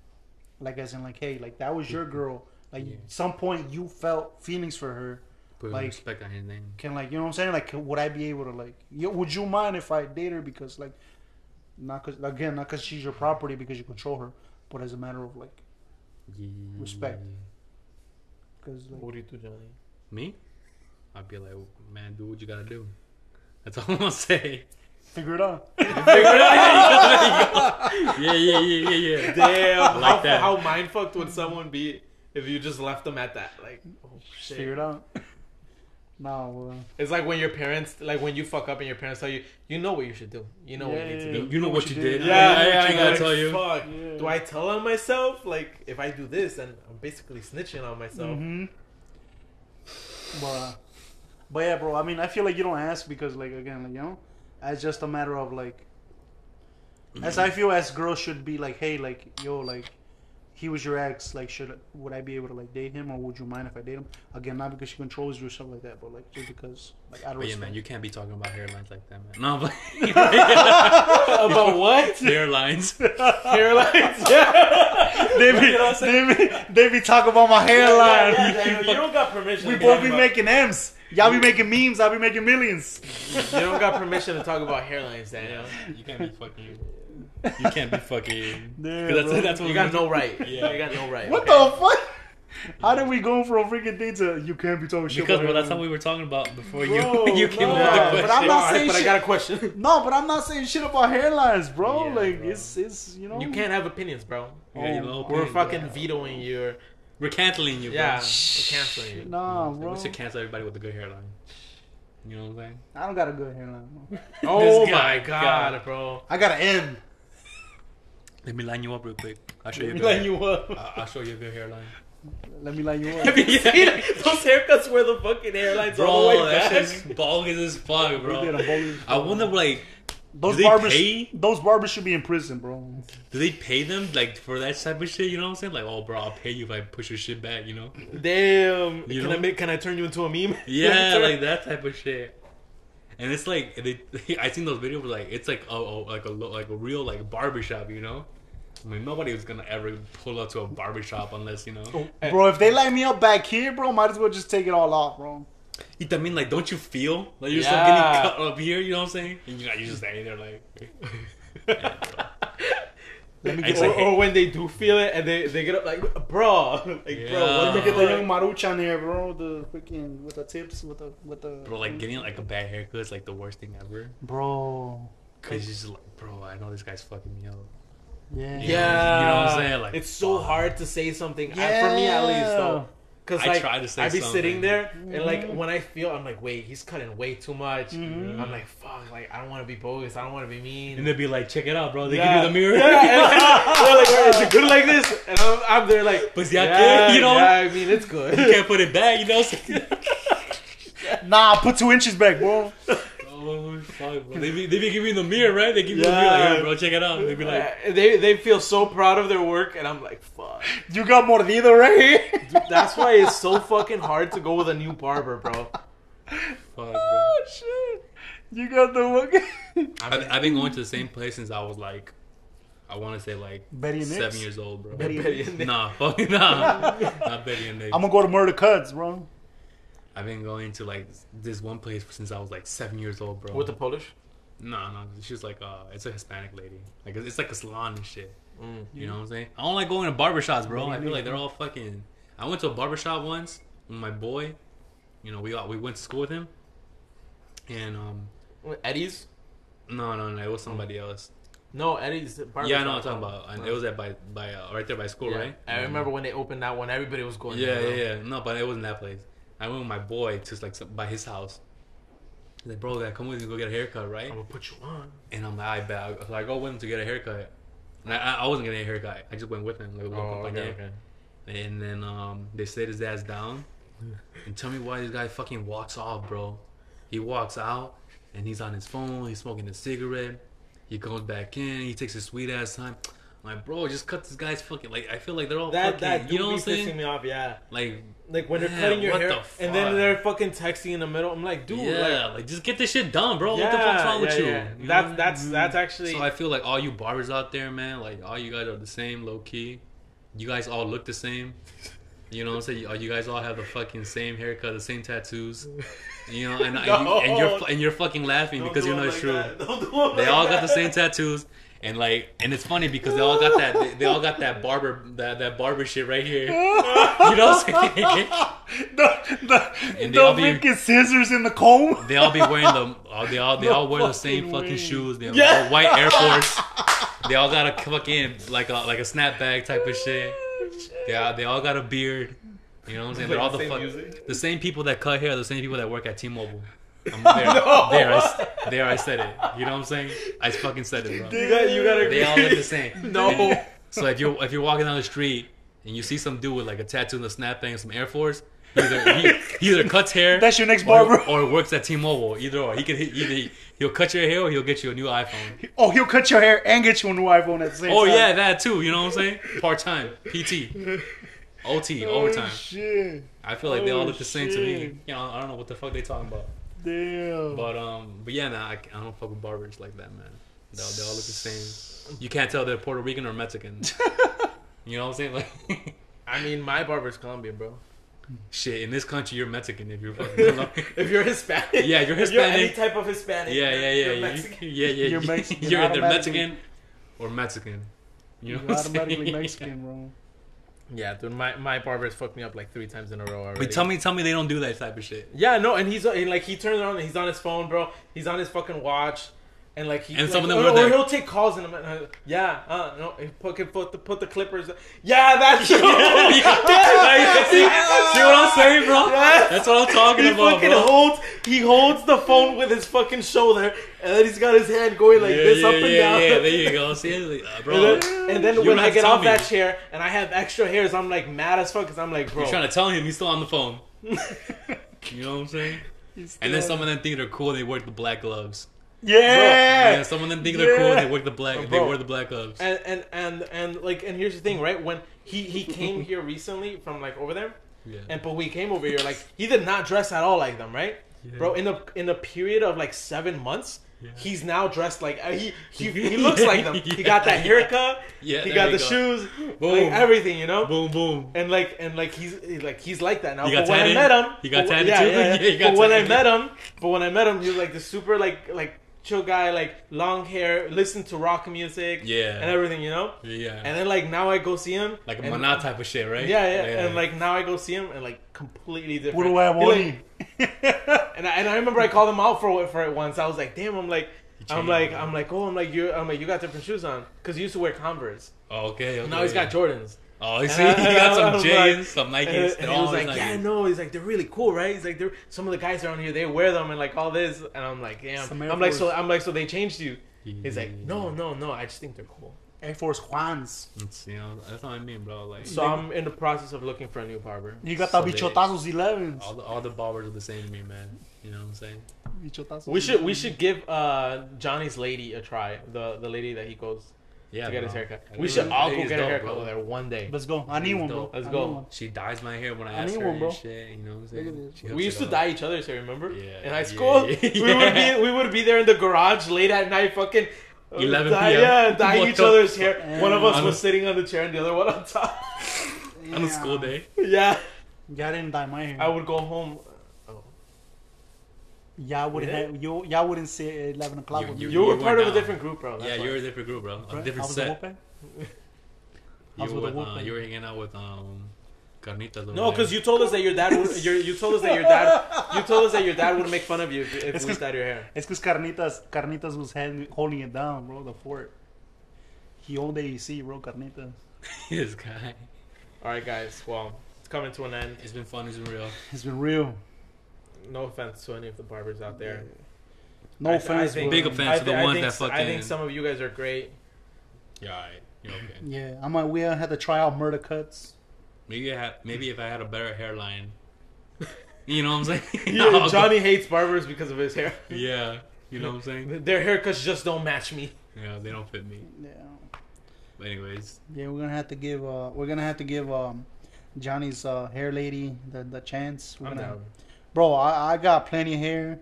Like as in like hey, like that was your girl. Like
Yeah.
some point you felt feelings for her.
Put
Like-
respect on his name.
Can like you know what I'm saying? Like would I be able to like you, would you mind if I date her because like not cause again not cause she's your property because you control her, but as a matter of like
Yeah.
Respect. because like.
What do you do, Johnny?
Me? I'd be like, man, do what you gotta do. That's (laughs) all I'm gonna say.
Figure it out.
Yeah, yeah, yeah, yeah, yeah. (laughs)
Damn,
like
how,
that.
how mind fucked would someone be if you just left them at that? Like, oh
Just
shit.
figure it out. No, uh,
It's like when your parents, like when you fuck up and your parents tell you, you know what you should do. You know
Yeah,
what you need
yeah,
to
yeah.
do.
You, you know what you did.
Yeah,
I, I,
yeah,
ain't
like,
gotta tell you.
Fuck.
Yeah.
Do I tell on myself? Like, if I do this, then I'm basically snitching on myself.
Mm-hmm.
mhm. but uh, but yeah, bro. I mean, I feel like you don't ask because, like, again, like, you know, it's just a matter of like, as I feel, as girls should be like, hey, like, yo, like, he was your ex. Like, should would I be able to like date him, or would you mind if I date him? Again, not because she controls you or something like that, but like just because, like, I don't.
But yeah,
respect.
man, you can't be talking about hairlines like that, man. (laughs) No, I'm like,
(laughs) About what?
hairlines.
(laughs) Hairlines? Yeah.
they
(laughs) You know what I'm
be,
saying?
they be, they be talking about my hairline.
Yeah, yeah, yeah, you don't got permission.
We
to
both
talk
be
about-
making M's. Y'all be making memes. I'll be making millions.
(laughs) You don't got permission to talk about hairlines, Daniel.
you can't be fucking. You can't be fucking.
Yeah,
'cause
bro.
that's, that's what
You got
no.
no right.
Yeah.
You got no right.
(laughs) What
(laughs) okay?
the fuck? How did we go from freaking thing to you can't be talking shit?
Because bro,
about
that's
her?
how we were talking about before
Bro,
(laughs) you you came
no,
up with the question.
but I'm not
Alright,
saying
but
shit.
I got a question.
No, but I'm not saying shit about hairlines, bro.
Yeah,
like
bro.
it's it's you know.
You can't have opinions, bro.
Yeah, you know,
We're
opinion, bro.
fucking vetoing your.
We're canceling you. Bro.
Yeah, we're canceling you.
Nah, bro.
We should cancel everybody with a good hairline. You know what I'm saying?
I don't got a good hairline. Bro.
Oh
(laughs) This
my
guy,
god,
God.
bro.
I got an M.
Let me line you up real quick. I'll show you.
(laughs)
a good
Line
hair-
you up.
I- I'll show you a good hairline.
Let me line you
(laughs)
up.
Have you
(laughs)
seen those haircuts where the fucking hairlines all the way
Bro,
back?
that shit's (laughs) bog as as fuck,
We did
bro.
a bowling-
I wonder, like,
Those
do they
barbers,
pay?
those barbers should be in prison, bro.
do they pay them like for that type of shit? You know what I'm saying? Like, oh, bro, I'll pay you if I push your shit back.
(laughs)
You know?
Damn.
You
can
know?
I make, can I turn you into a meme? (laughs)
Yeah, like that type of shit. And it's like they, (laughs) I seen those videos where like it's like oh, oh like a lo- like a real like barbershop, you know? I mean, nobody was gonna ever pull up to a barbershop unless you
Oh.
know. (laughs)
Bro, if they line me up back here, bro, might as well just take it all off, bro.
I mean, like, don't you feel like you're
Yeah.
still getting cut up here? You know what I'm saying? And you you just standing there
(laughs)
like, (laughs)
Let me
It's
get,
or,
like-
or when they do feel it and they, they get up like, bro, (laughs) like bro,
Yeah.
let me
get
get
the
the
young Maruchan there, bro. The freaking with the tips, with the with the.
bro, like getting like a bad haircut is like the worst thing ever.
Bro.
Cause you're just like, bro, I know this guy's fucking me up. You
Yeah.
know- you know what I'm saying? Like,
it's so
fuck.
hard to say something. I- for me, at least, though. Because
I
like,
try to say
I'd
something.
be
Mm-hmm.
sitting there, and like
Mhm.
when I feel, I'm like, wait, he's cutting way too much.
Mhm.
I'm like, fuck, like I don't want to be bogus. I don't want to be mean.
And they'd be like, check it out, bro. They can
Yeah.
do the mirror.
Yeah, and they're like, "Wait, is it good like this? And I'm, I'm there like,
Pues ya que, you know?
yeah, I mean, it's
(laughs)
good.
you can't put it back, you know.
(laughs) (laughs) Nah, put two inches back, bro.
oh fuck, bro. They be, they be giving you the mirror, right? They give you the mirror, like,
Yeah.
hey, bro, check it out. They be like,
Uh, they they feel so proud of their work, and I'm like, fuck.
You got mordido right
(laughs)
here.
Dude, that's why it's so fucking hard to go with a new barber, bro.
fuck, bro.
Oh, shit. You got the
(laughs)
look.
I've, I've been going to the same place since I was like, I want to say like
Betty and
seven
Nick's?
years old, bro.
Betty and-
Betty and Nick.
Nah, fuck (laughs)
(laughs)
nah, not Betty and Nick.
I'm gonna go to Murder
(laughs)
Cuts, bro.
I've been going to like this one place since I was like seven years old, bro.
With the Polish?
No, no, she's like uh, it's a Hispanic lady. Like it's, it's like a salon and shit.
Mm.
You know what I'm saying? I don't like going to barbershops, bro. I feel like they're all fucking. I went to a barbershop once with my boy. You know, we all, we went to school with him, and um,
Eddie's?
no, no, no, it was somebody else.
No, Eddie's barber.
yeah, I know what I'm
shop.
talking about. And it was at by by uh, right there by school,
Yeah.
right?
I remember when they opened that one, everybody was going.
Yeah,
there, bro.
yeah, yeah. No, but it wasn't that place. I went with my boy to like some, by his house. He's like, bro, guy, come with me, go get a haircut, right?
I'm gonna put you on.
oh, And I'm like, I bet. So I go with him to get a haircut. And I, I wasn't getting a haircut. I just went with him, like a little
Oh, okay,
compañero.
okay.
And then um, they slid his ass down. And tell me why this guy fucking walks off, bro. He walks out and he's on his phone. He's smoking a cigarette. He comes back in. He takes his sweet ass time. I'm like, bro, just cut this guy's fucking. Like, I feel like they're all
That
fucking.
that
you know what I'm
pissing
saying?
me off. Yeah,
Like,
like when they're
Man,
cutting your
what
hair
the
and then
fuck?
they're fucking texting in the middle. I'm like, dude,
yeah,
like,
like, just get this shit done, bro.
yeah,
what the fuck's wrong with
yeah,
you?
yeah.
You know what I
That's
mean?
that's that's actually
So I feel like all you barbers out there, man, like all you guys are the same, low key. You guys all look the same. You know what I'm saying? You- You guys all have the fucking same haircut, the same tattoos. You know, and, and you, and you're fu- and you're fucking laughing because you know it's true. (laughs) They all got the same tattoos, and like, and it's funny because they all got that they, they all got that barber that that barber shit right here. You know what I'm saying?
the the,
And
the
they all be-
freaking scissors in the comb. (laughs)
They all be wearing the all they all they all wear the same
fucking
fucking
way.
shoes. They
Yeah.
all white
(laughs)
Air Force. They all got a fucking like a like a snapback type of shit. They all, they all got a beard. You know what I'm saying? They're all the
Same
fuck,
music?
the same people that cut hair are the same people that work at T-Mobile.
(laughs)
I'm there, there, I, s- there, I said it. You know what I'm saying? I fucking said it, bro.
You got you got to
They all look the same.
(laughs) No.
So if you're if you're walking down the street and you see some dude with like a tattoo and a snapback and some Air Force, he either he, he either cuts hair
That's your next
or,
barber. (laughs)
or works at T-Mobile. Either or, he could hit- either he- he'll cut your hair or he'll get you a new
(laughs)
iPhone.
oh, he'll cut your hair and get you a new iPhone at the same
Oh
time.
yeah, that too. You know what I'm saying? Part time,
(laughs)
PT, OT,
Oh,
overtime.
Shit.
I feel like they all
Oh,
look the same to
shit.
me. You know, I don't know what the fuck they talking about.
Damn. (laughs)
But um, but yeah, nah, I, I don't fuck with barbers like that, man. They, all- they all look the same. You can't tell they're Puerto Rican or Mexican. (laughs) you know what I'm saying? Like, (laughs)
I mean, my barber's Colombian, (laughs) bro.
shit. In this country, you're Mexican if you're fucking.
(laughs)
if you're Hispanic,
yeah, you're
if you're any
Hispanic.
type of Hispanic,
Yeah,
you're-
yeah, yeah,
you're
yeah.
Mexican.
(laughs) You- yeah, yeah.
You're
You're,
Mexican
you're either
automatically.
Mexican or Mexican. You know
You're
what I'm
automatically
saying?
Mexican, bro.
Yeah, dude, my my barber's fucked me up like three times in a row already.
But tell me, tell me they don't do that type of
(laughs)
shit. (laughs)
Yeah, no, and he's and, like he turns around and he's on his phone, bro. He's on his fucking watch, and like he
And
like,
some of them
or,
were
or
there.
he'll take calls and I'm like, uh, yeah, uh, no, and fucking put the put the clippers. Yeah,
(laughs)
that's you. (laughs)
Like, see, see what I'm saying, bro? That's what I'm talking
He
about,
fucking
bro.
holds he holds the phone with his fucking shoulder, and then he's got his hand going like
yeah,
this
yeah,
up and
yeah,
down.
Yeah, there
(laughs)
you go. See, uh, bro.
And then, and then
You
when
don't
I
have to
get
tell
off
me.
that chair and I have extra hairs, I'm like mad as fuck because I'm like, bro,
You're trying to tell him he's still on the phone. you know what I'm saying? And then some of them think they're cool. They work the black gloves.
Yeah.
Yeah, some of them think they're cool.
Yeah.
They work the black.
Oh,
they
bro.
wear the black gloves.
(laughs) and and and and like and here's the thing, right? When he
(laughs)
he came here recently from like over there,
Yeah.
and but we came over here like he did not dress at all like them, right? Bro, in a in a period of like seven months,
Yeah.
he's now dressed like uh, he, he he looks
(laughs)
like them. He got that
Yeah.
haircut,
Yeah,
he
there
got
you
the
go.
shoes, like
Boom.
everything, you know.
boom, boom.
And like and like he's he- like he's like that now.
He
but
got
when I
tatted?
met him,
He got
but-
tatted
yeah,
too? (laughs)
yeah, yeah.
Yeah, he got
but when I
tatted.
met him, but when I met him, he was like the super like like chill guy, like long hair, listened to rock music,
Yeah.
and everything, you know.
Yeah.
And then like now I go see him,
like a
and-
maná type of shit, right?
Yeah, yeah, and like now I go see him and like completely different.
What do I
He,
want?
like- (laughs) and I, and I remember I called him out for it for it once. I was like, damn, I'm like, I'm
changed,
like,
man.
I'm like, oh, I'm like you, I'm like you got different shoes on because you used to wear Converse.
Oh, okay, okay.
Now he's got Jordans.
Oh, you (laughs) see,
And I-
he got
(laughs) I
some
was
J's,
like-
some Nikes.
And, and
They're
he
all
was
his
like,
Nikes.
yeah, no, he's like they're really cool, right? He's like, they're some of the guys around here they wear them and like all this, and I'm like, damn,
Some Air
I'm like,
Force.
so I'm like, so they changed you. He's like,
Yeah.
no, no, no, I just think they're cool.
Air Force Juans.
It's, you know, that's what I mean, bro. Like
So I'm in the process of looking for a new barber.
You got the
So they-
bichotazos 11s.
all the all the barbers are the same to me, man. You know what I'm saying?
Bichotazos
We should we should give uh, Johnny's lady a try. The the lady that he goes
Yeah.
to get his
bro.
haircut.
That
We
lady's-
should all go
lady's
get a
dope,
haircut
bro.
over there one day.
Let's go. I need
Please
one, bro.
don't.
Let's
I
go.
need one.
She dyes my hair when I
I
ask
need
her
one, bro.
and shit. You know what I'm
Look at
saying?
this.
She hooks
We used
it
to
up.
dye each other's hair, remember?
Yeah,
in high
yeah,
school,
yeah,
(laughs) we would
yeah.
be we would be there in the garage late at night, fucking uh,
11
dye-
p.m..
Yeah, dyeing
What
each
the Uh-huh.
other's hair. One of us
On
was
a-
sitting on the chair and the other one on top. (laughs)
on a
Yeah.
school day.
yeah,
Yeah, I didn't dye my hair.
I would go home.
Y'all wouldn't
Yeah.
have, you, y'all wouldn't say at 11 o'clock
You-
with
you-
me.
You were
were
part of a
down.
different group, bro.
yeah,
that's
you were
why.
a different group, bro. A
Right? I
different
was a
set.
Wolfpack? I
You
was
were
with
with,
a
uh,
Wolfpack.
you were hanging out with um, Carnitas.
No, because you told us that your dad would. Your, you told us that your dad. You told us that your dad would make fun of you if, if
It's
we
'cause-
dyed your hair.
It's because Carnitas, Carnitas was hand, holding it down, bro, the fort. He owned AEC, bro, Carnitas.
(laughs) this guy.
All right, guys. Well, it's coming to an end.
It's been fun. It's been real.
It's been real.
No offense to any of the barbers out there.
No
I- I
offense,
think-
bro.
Big offense to
thi-
the ones
think,
that
I think
fucking.
some of you guys are great.
Yeah, alright. You're okay.
Yeah, I'm like, we had to try out murder cuts.
Maybe I had, maybe if I had a better hairline, you know what I'm saying? (laughs)
(laughs) Yeah,
I'll go-
Johnny hates barbers because of his hair.
Yeah, you know what I'm saying?
Their haircuts just don't match me.
Yeah, they don't fit me.
Yeah,
But anyways,
yeah, we're gonna have to give. Uh, we're gonna have to give um, Johnny's uh, hair lady the, the chance. We're
I'm
gonna,
down.
Bro, I, I got plenty of hair.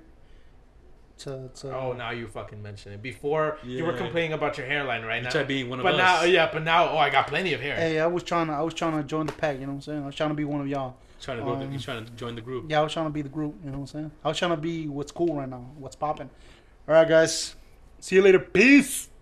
To to.
Oh, now you fucking mention it. Before you were
Yeah.
complaining about your hairline, right
you
now.
try being one of
But
us.
now, yeah, but now, oh, I got plenty of hair.
Hey, I was trying to. I was trying to join the pack. You know what I'm saying? I was trying to be one of y'all.
trying to go.
um,
you trying to join the group.
Yeah, I was trying to be the group. You know what I'm saying? I was trying to be what's cool right now, what's popping. All right, guys. See you later. Peace.